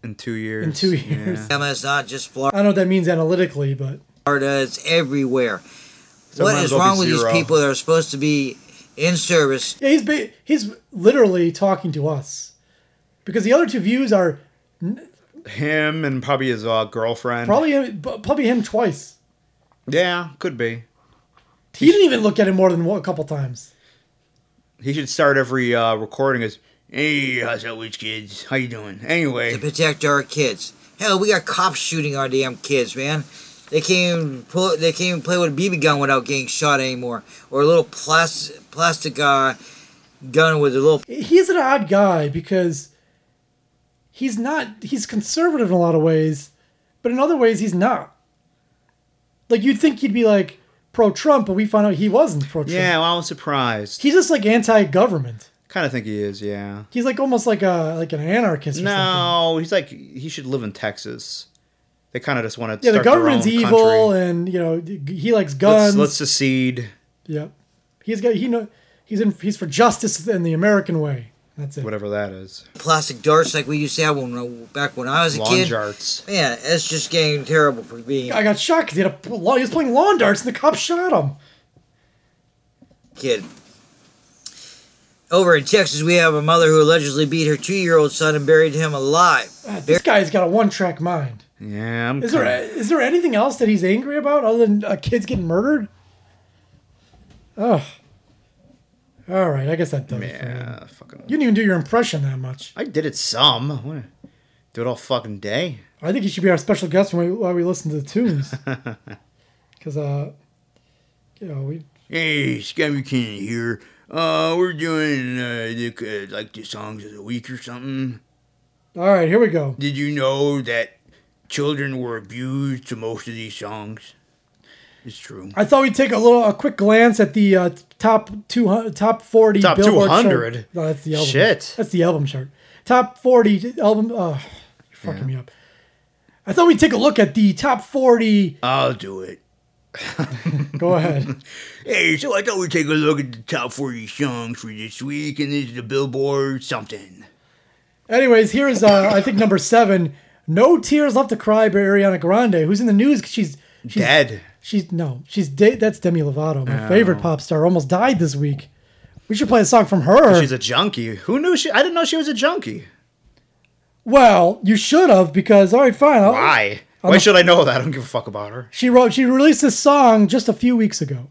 Speaker 2: in two years.
Speaker 3: in two
Speaker 2: yeah.
Speaker 3: years.
Speaker 7: Alabama is not just Florida.
Speaker 3: I don't know what that means analytically, but
Speaker 7: Florida. It's everywhere.
Speaker 2: might
Speaker 7: what
Speaker 2: as
Speaker 7: is
Speaker 2: well be
Speaker 7: wrong with these
Speaker 2: zero.
Speaker 7: people that are supposed to be in service?
Speaker 3: yeah, he's ba- he's literally talking to us because the other two views are
Speaker 2: Him and probably his uh, girlfriend.
Speaker 3: probably him- probably him twice.
Speaker 2: Yeah, could be.
Speaker 3: He didn't even look at it more than one, a couple times.
Speaker 2: He should start every uh, recording as, "Hey, how's it, witch kids? How you doing?"
Speaker 7: To
Speaker 2: Anyway,
Speaker 7: protect our kids. Hell, we got cops shooting our damn kids, man. They can't even pull. They can't even play with a BB gun without getting shot anymore, or a little plastic plastic uh, gun with a little
Speaker 3: He's an odd guy because he's not he's conservative in a lot of ways, but in other ways he's not. Like you'd think he'd be like pro Trump, but we found out he wasn't pro Trump.
Speaker 2: yeah, well, I was surprised.
Speaker 3: He's just like anti government.
Speaker 2: Kind of think he is. Yeah.
Speaker 3: He's like almost like a like an anarchist or something.
Speaker 2: No, he's like he should live in Texas. They kind of just want to.
Speaker 3: Yeah, the government's evil
Speaker 2: Country.
Speaker 3: and you know he likes guns.
Speaker 2: Let's, let's secede.
Speaker 3: yeah. He's got he know he's in he's for justice in the American way. That's it.
Speaker 2: Whatever that is.
Speaker 7: plastic darts like we used to have when uh, back when I was a
Speaker 2: Lawn
Speaker 7: kid.
Speaker 2: jarts.
Speaker 7: Man, it's just getting terrible for being
Speaker 3: I
Speaker 7: a
Speaker 3: got shot because he had a he was playing lawn darts and the cop shot him.
Speaker 7: kid. Over in Texas, we have a mother who allegedly beat her two-year-old son and buried him alive.
Speaker 3: God, Ah, this guy's got a one-track mind.
Speaker 2: Yeah. I'm
Speaker 3: Is there
Speaker 2: kinda-
Speaker 3: is there anything else that he's angry about other than uh, kids getting murdered? Ugh. All right, I guess that does it for me.
Speaker 2: Yeah. Fucking.
Speaker 3: You didn't even do your impression that much.
Speaker 2: I did it some. I wanna Do it all fucking day.
Speaker 3: I think he should be our special guest when we, while we listen to the tunes. Because, uh, you know, we
Speaker 2: Hey, Scott Buchanan here. Uh, we're doing uh, the, uh, like the songs of the week or something.
Speaker 3: all right. Here we go.
Speaker 2: Did you know that children were abused to most of these songs? It's true.
Speaker 3: I thought we'd take a little a quick glance at the uh, top two hundred top forty
Speaker 2: Top
Speaker 3: Billboard
Speaker 2: 200?
Speaker 3: chart. No, that's the album.
Speaker 2: Shit.
Speaker 3: That's the album chart. Top forty album. Uh, you're fucking me up. I thought we'd take a look at the top forty.
Speaker 2: I'll do it.
Speaker 3: Go ahead.
Speaker 2: Hey, so I thought we'd take a look at the top 40 songs for this week, and this is the Billboard something.
Speaker 3: Anyways, here is uh, I think number seven. No tears left to cry by Ariana Grande, who's in the news. 'cause She's she's
Speaker 2: Dead.
Speaker 3: She's no, she's de- that's Demi Lovato, my
Speaker 2: Oh.
Speaker 3: favorite pop star, almost died this week. We should play a song from her.
Speaker 2: She's a junkie. Who knew she? I didn't know she was a junkie.
Speaker 3: well, you should have because all right, fine. I'll-
Speaker 2: Why? Why should I know that? I don't give a fuck about her.
Speaker 3: She wrote. She released this song just a few weeks ago.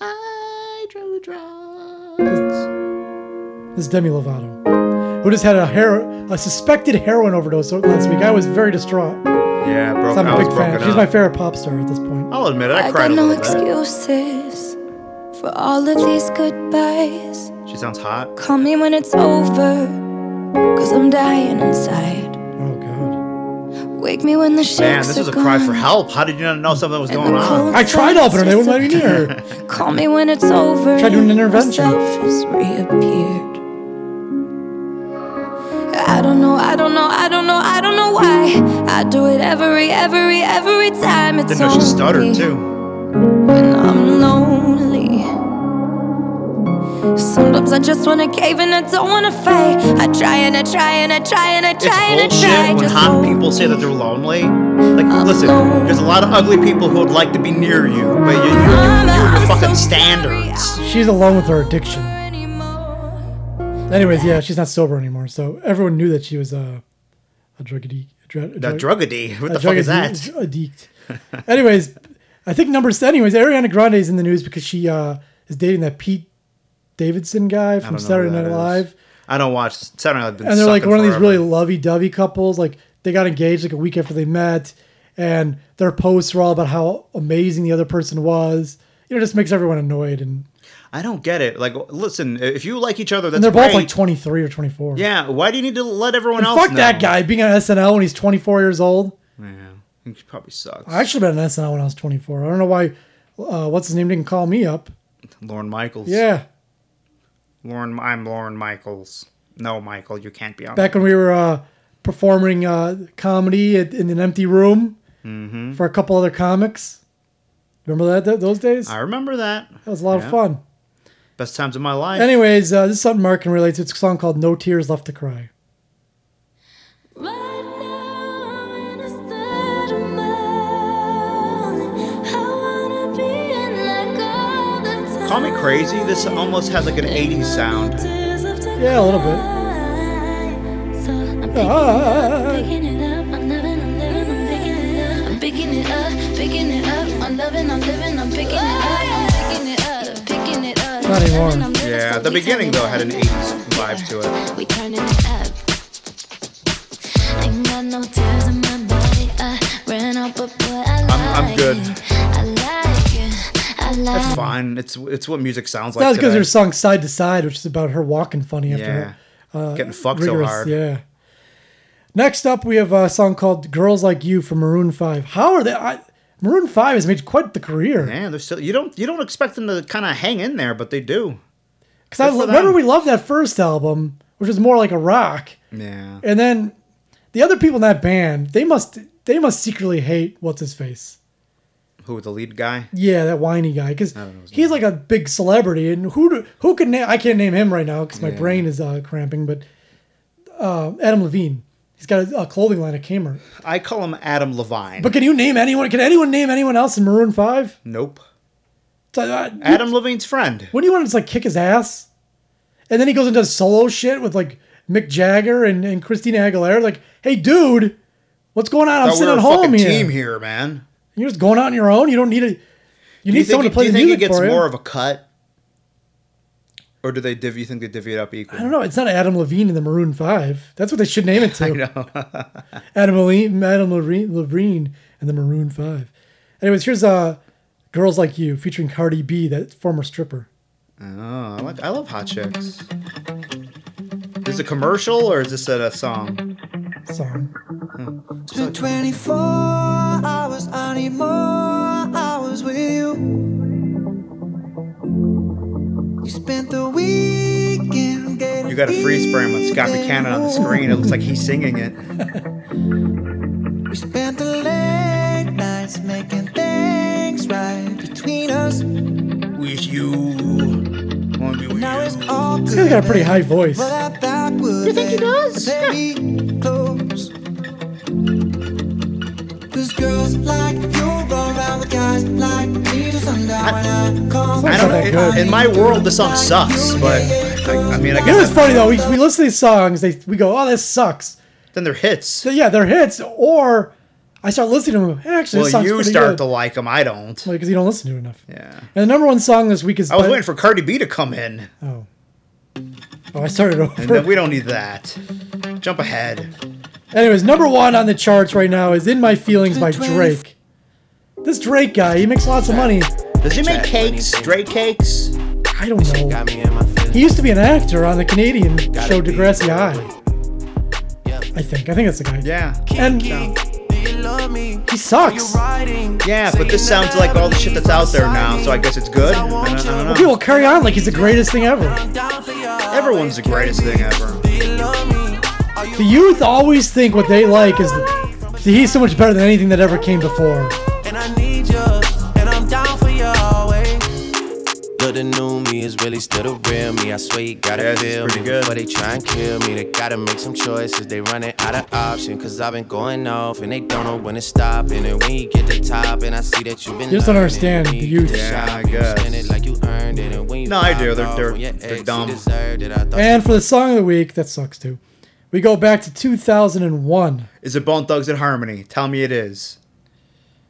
Speaker 2: I drew drugs.
Speaker 3: This is Demi Lovato, who just had a hair a suspected heroin overdose last week. I was very distraught. 'cause
Speaker 2: Yeah, broke,
Speaker 3: I'm
Speaker 2: I
Speaker 3: a
Speaker 2: was
Speaker 3: big fan.
Speaker 2: broken
Speaker 3: She's
Speaker 2: up.
Speaker 3: my favorite pop star at this point.
Speaker 2: I'll admit it. I,
Speaker 6: I
Speaker 2: cried
Speaker 6: got
Speaker 2: a
Speaker 6: no
Speaker 2: little bit.
Speaker 6: excuses for all of these goodbyes.
Speaker 2: She sounds hot.
Speaker 6: Call me when it's over, cause I'm dying inside.
Speaker 3: Oh god.
Speaker 6: Wake me when the shakes
Speaker 2: Man, this
Speaker 6: are
Speaker 2: is a cry for
Speaker 6: gone
Speaker 2: help. How did you not know something was
Speaker 6: and
Speaker 2: going
Speaker 6: the
Speaker 2: on?
Speaker 6: cold
Speaker 3: I tried to helping her. They wouldn't let me
Speaker 6: nights are
Speaker 3: near her.
Speaker 6: Call me when it's over.
Speaker 3: Try doing an
Speaker 6: and
Speaker 3: intervention.
Speaker 6: myself has reappeared. I don't know, I don't know, I don't know, I don't know why. I do it every, every, every time. It's
Speaker 2: Didn't know she
Speaker 6: only
Speaker 2: stuttered too.
Speaker 6: When I'm lonely. Sometimes I just wanna cave and I don't wanna fight. I try and I try and I try and I try and I
Speaker 2: It's bullshit
Speaker 6: try.
Speaker 2: when
Speaker 6: just
Speaker 2: hot
Speaker 6: won't
Speaker 2: people say that they're lonely. Like, listen,
Speaker 6: lonely.
Speaker 2: there's a lot of ugly people who would like to be near you, but you, you,
Speaker 6: Mama,
Speaker 2: you, you,
Speaker 6: I'm
Speaker 2: your fucking
Speaker 6: so
Speaker 2: standards.
Speaker 3: She's alone with her addiction.
Speaker 6: anymore.
Speaker 3: Anyways, yeah, she's not sober anymore, so everyone knew that she was uh, a drug addict. Drug,
Speaker 2: The druggedy. What
Speaker 3: a
Speaker 2: the fuck
Speaker 3: drug
Speaker 2: is that?
Speaker 3: addi- addict. anyways, I think number s- anyways, Ariana Grande is in the news because she uh, is dating that Pete Davidson
Speaker 2: I
Speaker 3: guy
Speaker 2: don't know
Speaker 3: from
Speaker 2: who
Speaker 3: Saturday
Speaker 2: that
Speaker 3: Night
Speaker 2: is.
Speaker 3: Live,
Speaker 2: I don't watch Saturday Night Live.
Speaker 3: and they're like one of these really lovey-dovey couples. Like they got engaged like a week after they met, and their posts were all about how amazing the other person was. You know, it just makes everyone annoyed, and,
Speaker 2: I don't get it. Like, listen, if you like each other, that's
Speaker 3: and they're both
Speaker 2: great.
Speaker 3: like 23 or 24.
Speaker 2: Yeah, why do you need to let everyone
Speaker 3: And
Speaker 2: else
Speaker 3: fuck
Speaker 2: know?
Speaker 3: that guy being on SNL when he's 24 years old.
Speaker 2: Yeah, he probably sucks.
Speaker 3: I should have been on SNL when I was 24. I don't know why. Uh, what's his name didn't call me up?
Speaker 2: Lauren Michaels.
Speaker 3: Yeah.
Speaker 2: Lauren, I'm Lauren Michaels. No, Michael, you can't be on.
Speaker 3: back when we were uh, performing uh, comedy at, in an empty room.
Speaker 2: Mm-hmm.
Speaker 3: for a couple other comics. Remember that, that those days?
Speaker 2: I remember that.
Speaker 3: that was a lot
Speaker 2: Yeah.
Speaker 3: of fun.
Speaker 2: Best times of my life.
Speaker 3: Anyways, uh, this is something Mark can relate to. It's a song called "No Tears Left to Cry."
Speaker 6: Right now, I'm in a state of mind. I wanna be in like all the time.
Speaker 2: Call me crazy. This almost has like an 80s sound.
Speaker 6: Yeah,
Speaker 3: Yeah, a little bit.
Speaker 6: So I'm picking
Speaker 3: Ah.
Speaker 6: it up, I'm loving, I'm living, I'm picking it up. I'm picking it up, picking it up. I'm loving, I'm living, I'm picking it up. I'm picking it up, picking it up.
Speaker 3: Not anymore.
Speaker 6: Loving, I'm living,
Speaker 2: Yeah,
Speaker 6: so
Speaker 2: the
Speaker 6: we
Speaker 2: beginning
Speaker 6: turn
Speaker 2: though
Speaker 6: it
Speaker 2: had an
Speaker 6: up.
Speaker 2: 80s vibe to it.
Speaker 6: We turning it up. Ain't got no tears in my body. I ran out, but boy, I like
Speaker 2: I'm- I'm good.
Speaker 6: it. I like it. I like
Speaker 2: That's fine. It's it's what music sounds like.
Speaker 3: That was because
Speaker 2: today.
Speaker 3: her song "Side to Side," which is about her walking funny after
Speaker 2: yeah,
Speaker 3: her
Speaker 2: getting fucked
Speaker 3: Uh, rigorous.
Speaker 2: so hard.
Speaker 3: Yeah. Next up, we have a song called "Girls Like You" from Maroon Five. How are they? I, Maroon Five has made quite the career.
Speaker 2: Man, they're still you don't you don't expect them to kind of hang in there, but they do.
Speaker 3: Because I
Speaker 2: good for
Speaker 3: lo- remember
Speaker 2: them.
Speaker 3: we loved that first album, which was more like a rock,
Speaker 2: Yeah,
Speaker 3: and then the other people in that band they must they must secretly hate what's his face.
Speaker 2: who the lead guy?
Speaker 3: Yeah, that whiny guy because
Speaker 2: know his
Speaker 3: he's like a big celebrity, and who do, who can name? I can't name him right now because my
Speaker 2: Yeah.
Speaker 3: brain is uh, cramping. But uh, Adam Levine, he's got a, a clothing line at Kmart.
Speaker 2: I call him Adam Levine.
Speaker 3: But can you name anyone? Can anyone name anyone else in Maroon Five?
Speaker 2: nope,
Speaker 3: So, uh, you-
Speaker 2: Adam Levine's friend.
Speaker 3: When do you want to just like kick his ass? And then he goes and does solo shit with like Mick Jagger and, and Christina Aguilera. Like, hey, dude, what's going on? I'm
Speaker 2: Thought we
Speaker 3: sitting
Speaker 2: were
Speaker 3: at
Speaker 2: a
Speaker 3: home
Speaker 2: fucking
Speaker 3: here.
Speaker 2: team here, man.
Speaker 3: You're just going out on your own. You don't need a. You
Speaker 2: Do
Speaker 3: need
Speaker 2: you think,
Speaker 3: someone to play
Speaker 2: do you
Speaker 3: the
Speaker 2: think he
Speaker 3: music
Speaker 2: gets
Speaker 3: for you.
Speaker 2: more of a cut, or do they divvy? You think they divvy it up equally?
Speaker 3: I don't know. It's not Adam Levine in the Maroon Five. That's what they should name it to.
Speaker 2: know.
Speaker 3: Adam Levine, Adam Levine, Levine, and the Maroon Five. Anyways, here's uh, "Girls Like You" featuring Cardi B, that former stripper.
Speaker 2: Oh, I like I love hot chicks. Is it a commercial or is this a, a song?
Speaker 3: Song.
Speaker 8: It's been 24 hours, I need more hours with you. You spent the weekend getting
Speaker 2: You got a freeze frame with Scott
Speaker 8: even
Speaker 2: McCannon on the
Speaker 8: older.
Speaker 2: screen. It looks like he's singing it.
Speaker 8: We spent the late nights making things right between us.
Speaker 2: With you, wanna be with
Speaker 8: Now it's
Speaker 2: you.
Speaker 8: all
Speaker 3: This guy's
Speaker 8: good.
Speaker 3: got a pretty high voice.
Speaker 8: But I thought would you think he does? Let me close. Cause girls like you run around with guys like me till sundown when I come.
Speaker 2: I
Speaker 3: not
Speaker 2: don't know.
Speaker 3: that good.
Speaker 2: In, in my world, the song sucks, but I, I mean, I
Speaker 3: You know what's
Speaker 2: guess
Speaker 3: funny though? We, we listen to these songs, they, we go, "Oh, this sucks."
Speaker 2: then they're hits.
Speaker 3: So yeah, they're hits. Or I start listening to them. "Eh, Actually, this
Speaker 2: Well,
Speaker 3: song's
Speaker 2: you
Speaker 3: pretty
Speaker 2: start
Speaker 3: good.
Speaker 2: to like them. I don't.
Speaker 3: because you don't listen to it enough.
Speaker 2: Yeah.
Speaker 3: And the number one song this week is.
Speaker 2: I was waiting for Cardi B to come in,
Speaker 3: Oh. Oh, I started
Speaker 2: and then
Speaker 3: over.
Speaker 2: we don't need that. Jump ahead.
Speaker 3: Anyways, number one on the charts right now is "In My Feelings" by Drake. This Drake guy, he makes lots of money.
Speaker 2: Does he make cakes? Stray cakes?
Speaker 3: I don't know.
Speaker 9: Got me in my feelings.
Speaker 3: He used to be an actor on the Canadian show
Speaker 9: be.
Speaker 3: Degrassi High. I think. I think that's the guy.
Speaker 2: Yeah.
Speaker 3: And
Speaker 9: Do you love me?
Speaker 3: he sucks.
Speaker 9: Riding.
Speaker 2: Yeah, but this sounds like all the shit that's out there now, so I guess it's good. I don't, I don't know.
Speaker 3: People carry on like he's the greatest thing ever.
Speaker 9: Down for you.
Speaker 2: Everyone's the greatest thing ever.
Speaker 9: Do you love me? Are you
Speaker 3: The youth always think what they like is see, he's so much better than anything that ever came before.
Speaker 9: and I need you, and I'm down for you always. Look, the new me is really still the real me. I swear you gotta
Speaker 2: Yeah, this is
Speaker 9: feel me
Speaker 2: pretty good.
Speaker 9: before they try and kill me. They gotta make some choices. They running out of options. Cause I've been going off and they don't know when to stop. And then when you get to top, and I see that you've been.
Speaker 3: You just don't
Speaker 9: learning.
Speaker 3: understand
Speaker 9: When
Speaker 3: the
Speaker 9: you get
Speaker 3: youth.
Speaker 9: the
Speaker 2: Yeah,
Speaker 9: shot,
Speaker 2: I
Speaker 9: you
Speaker 2: guess.
Speaker 9: spend it like you earned it. And when you
Speaker 2: No, I
Speaker 9: popped
Speaker 2: do. They're-
Speaker 9: off
Speaker 2: they're-
Speaker 9: on your
Speaker 2: they're
Speaker 9: ex, you
Speaker 2: dumb.
Speaker 9: deserved it. I thought
Speaker 3: And for the song of the week, that sucks too. We go back to 2001.
Speaker 2: Is it Bone Thugs and Harmony? Tell me it is.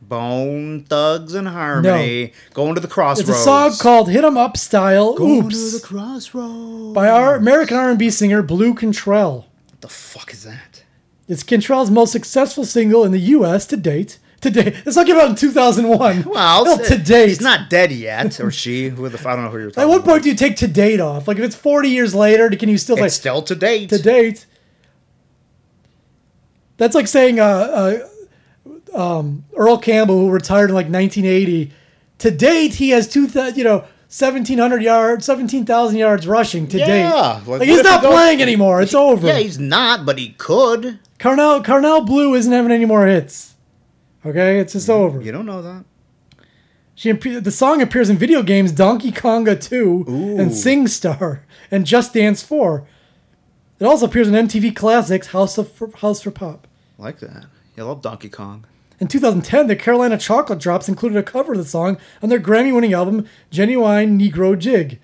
Speaker 2: Bone Thugs and Harmony. Going to the
Speaker 3: It's
Speaker 2: crossroads.
Speaker 3: a song called "Hit 'Em Up" style.
Speaker 2: Going to the
Speaker 3: Oops,
Speaker 2: crossroads.
Speaker 3: by our American R&B singer Blue Cantrell.
Speaker 2: What the fuck is that?
Speaker 3: It's Cantrell's most successful single in the U.S. to date. Today, it's not came out in 2001.
Speaker 2: Well,
Speaker 3: Hell,
Speaker 2: it's- uh,
Speaker 3: to date.
Speaker 2: He's not dead yet, or she. Who the f- I don't know who you're talking
Speaker 3: At what
Speaker 2: about.
Speaker 3: point do you take to date off? Like if it's 40 years later, can you still
Speaker 2: It's
Speaker 3: like
Speaker 2: still to date.
Speaker 3: to date. That's like saying uh, uh, um, Earl Campbell, who retired in like 1980, to date he has two, thou- you know, 1,700 yards, 17,000 yards rushing to date.
Speaker 2: Yeah, like,
Speaker 3: like,
Speaker 2: what
Speaker 3: he's
Speaker 2: if
Speaker 3: not
Speaker 2: he goes-
Speaker 3: playing anymore. It's over.
Speaker 2: Yeah, he's not, but he could.
Speaker 3: Carnell Carnell Blue isn't having any more hits. Okay, it's just over.
Speaker 2: You don't know that.
Speaker 3: She appe- the song appears in video games Donkey Konga 2 and Sing Star and Just Dance 4. It also appears in MTV Classics House of for, House for Pop.
Speaker 2: I like that. You love Donkey Kong.
Speaker 3: In 2010, the Carolina Chocolate Drops included a cover of the song on their Grammy-winning album Genuine Negro Jig.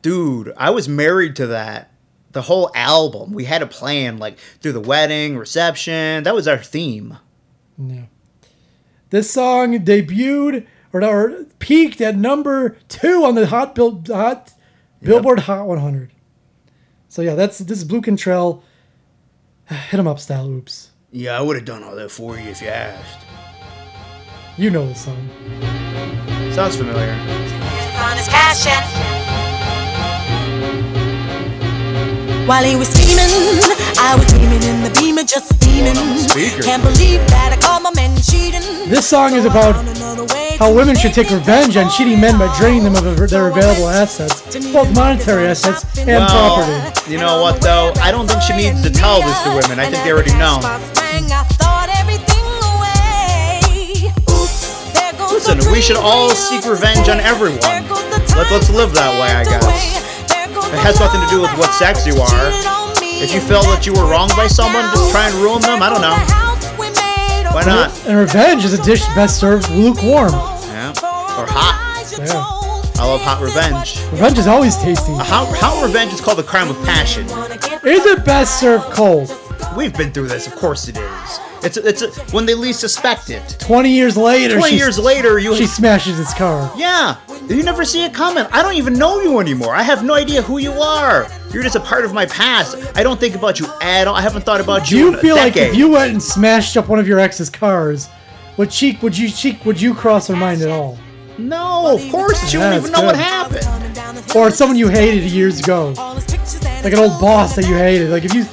Speaker 2: Dude, I was married to that. The whole album. We had a plan, like through the wedding, reception. That was our theme.
Speaker 3: No. This song debuted or, or peaked at number two on the Hot, Bill, hot Billboard Hot 100. So yeah, that's this is Blue Control. Hit 'em up style. Oops,
Speaker 2: Yeah, I would have done all that for you if you asked.
Speaker 3: you know this song.
Speaker 2: Sounds familiar.
Speaker 10: on his passion. While he was steaming, I was steaming in the beamer, just steaming. Can't believe that I caught my men cheating.
Speaker 3: This song is about How women should take revenge on cheating men by draining them of their available assets, both monetary assets and
Speaker 10: Well,
Speaker 3: property.
Speaker 2: Oh, You know what though? I don't think she needs to tell this to women. I think they already know. Listen,
Speaker 10: Listen,
Speaker 2: we should all seek revenge on everyone. Let- let's live that way, I guess.
Speaker 10: It has nothing to do with what sex you are. If you felt that you were wronged by someone, just try and ruin them. I don't know.
Speaker 2: Why not?
Speaker 3: And revenge is a dish best served lukewarm.
Speaker 2: Yeah. Or hot.
Speaker 10: Yeah.
Speaker 2: I love hot revenge.
Speaker 3: Revenge is always tasty.
Speaker 2: Hot, hot revenge is called the crime of passion.
Speaker 3: Is it best served cold?
Speaker 2: We've been through this. Of course it is. It's it's when they least suspect it.
Speaker 3: Twenty years later,
Speaker 2: Twenty
Speaker 3: she-
Speaker 2: years later, you
Speaker 3: she smashes his car.
Speaker 2: Yeah, you never see it coming. I don't even know you anymore. I have no idea who you are. You're just a part of my past. I don't think about you at all. I haven't thought about
Speaker 3: Do
Speaker 2: you.
Speaker 3: you
Speaker 2: in a
Speaker 3: feel like if
Speaker 2: decade.
Speaker 3: you went and smashed up one of your ex's cars, would she would you she would you cross her mind at all?
Speaker 2: No, of course you
Speaker 3: Yeah,
Speaker 2: wouldn't
Speaker 3: it's
Speaker 2: even know what
Speaker 3: good.
Speaker 2: happened.
Speaker 3: Or someone you hated years ago, like an old boss that you hated. Like if you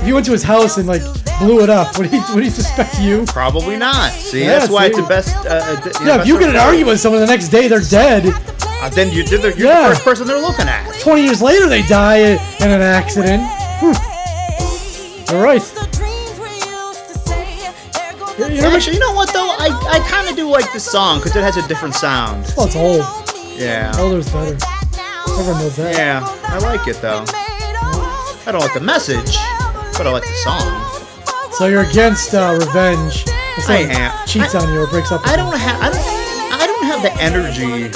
Speaker 3: if you went to his house and like blew it up, would he would he suspect you?
Speaker 2: Probably not. See,
Speaker 3: Yeah,
Speaker 2: that's why it's
Speaker 3: see?
Speaker 2: the best. Uh, uh, d-
Speaker 3: Yeah, if
Speaker 2: best
Speaker 3: you get in an
Speaker 2: approach.
Speaker 3: argument with someone the next day, they're dead.
Speaker 2: Uh, then you did. The, you're
Speaker 3: Yeah.
Speaker 2: the first person they're looking at.
Speaker 3: Twenty years later, they die in an accident. All right. You
Speaker 10: You
Speaker 3: know
Speaker 10: know,
Speaker 3: what-
Speaker 2: Actually, you know what though? I, I kind of do like this song because it has a different sound.
Speaker 3: Well, it's old.
Speaker 2: Yeah.
Speaker 3: Elder's better. Everyone knows that.
Speaker 2: Yeah, I like it though. I don't like the message, but I like the song.
Speaker 3: So you're against uh, revenge. If
Speaker 2: I
Speaker 3: someone
Speaker 2: am.
Speaker 3: cheats
Speaker 2: I-
Speaker 3: on you or breaks up. with
Speaker 2: I
Speaker 3: you.
Speaker 2: don't have. I don't. I don't have the energy.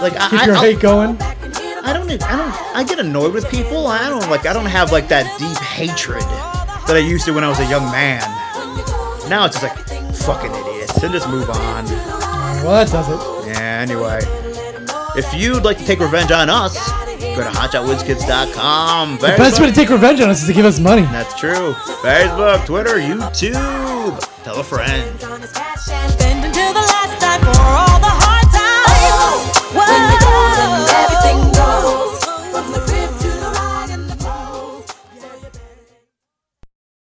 Speaker 2: Like I.
Speaker 3: Keep
Speaker 2: I,
Speaker 3: your
Speaker 2: I'll-
Speaker 3: hate going.
Speaker 2: I don't. I don't. I get annoyed with people. I don't like. I don't have like that deep hatred that I used to when I was a young man. Now it's just like fucking idiots and just move on.
Speaker 3: Well, that does it.
Speaker 2: Yeah. Anyway, if you'd like to take revenge on us, go to hotshotwizkids.com.
Speaker 3: The best way to take revenge on us is to give us money.
Speaker 2: That's true. Facebook, Twitter, YouTube. Tell a friend.
Speaker 10: Spend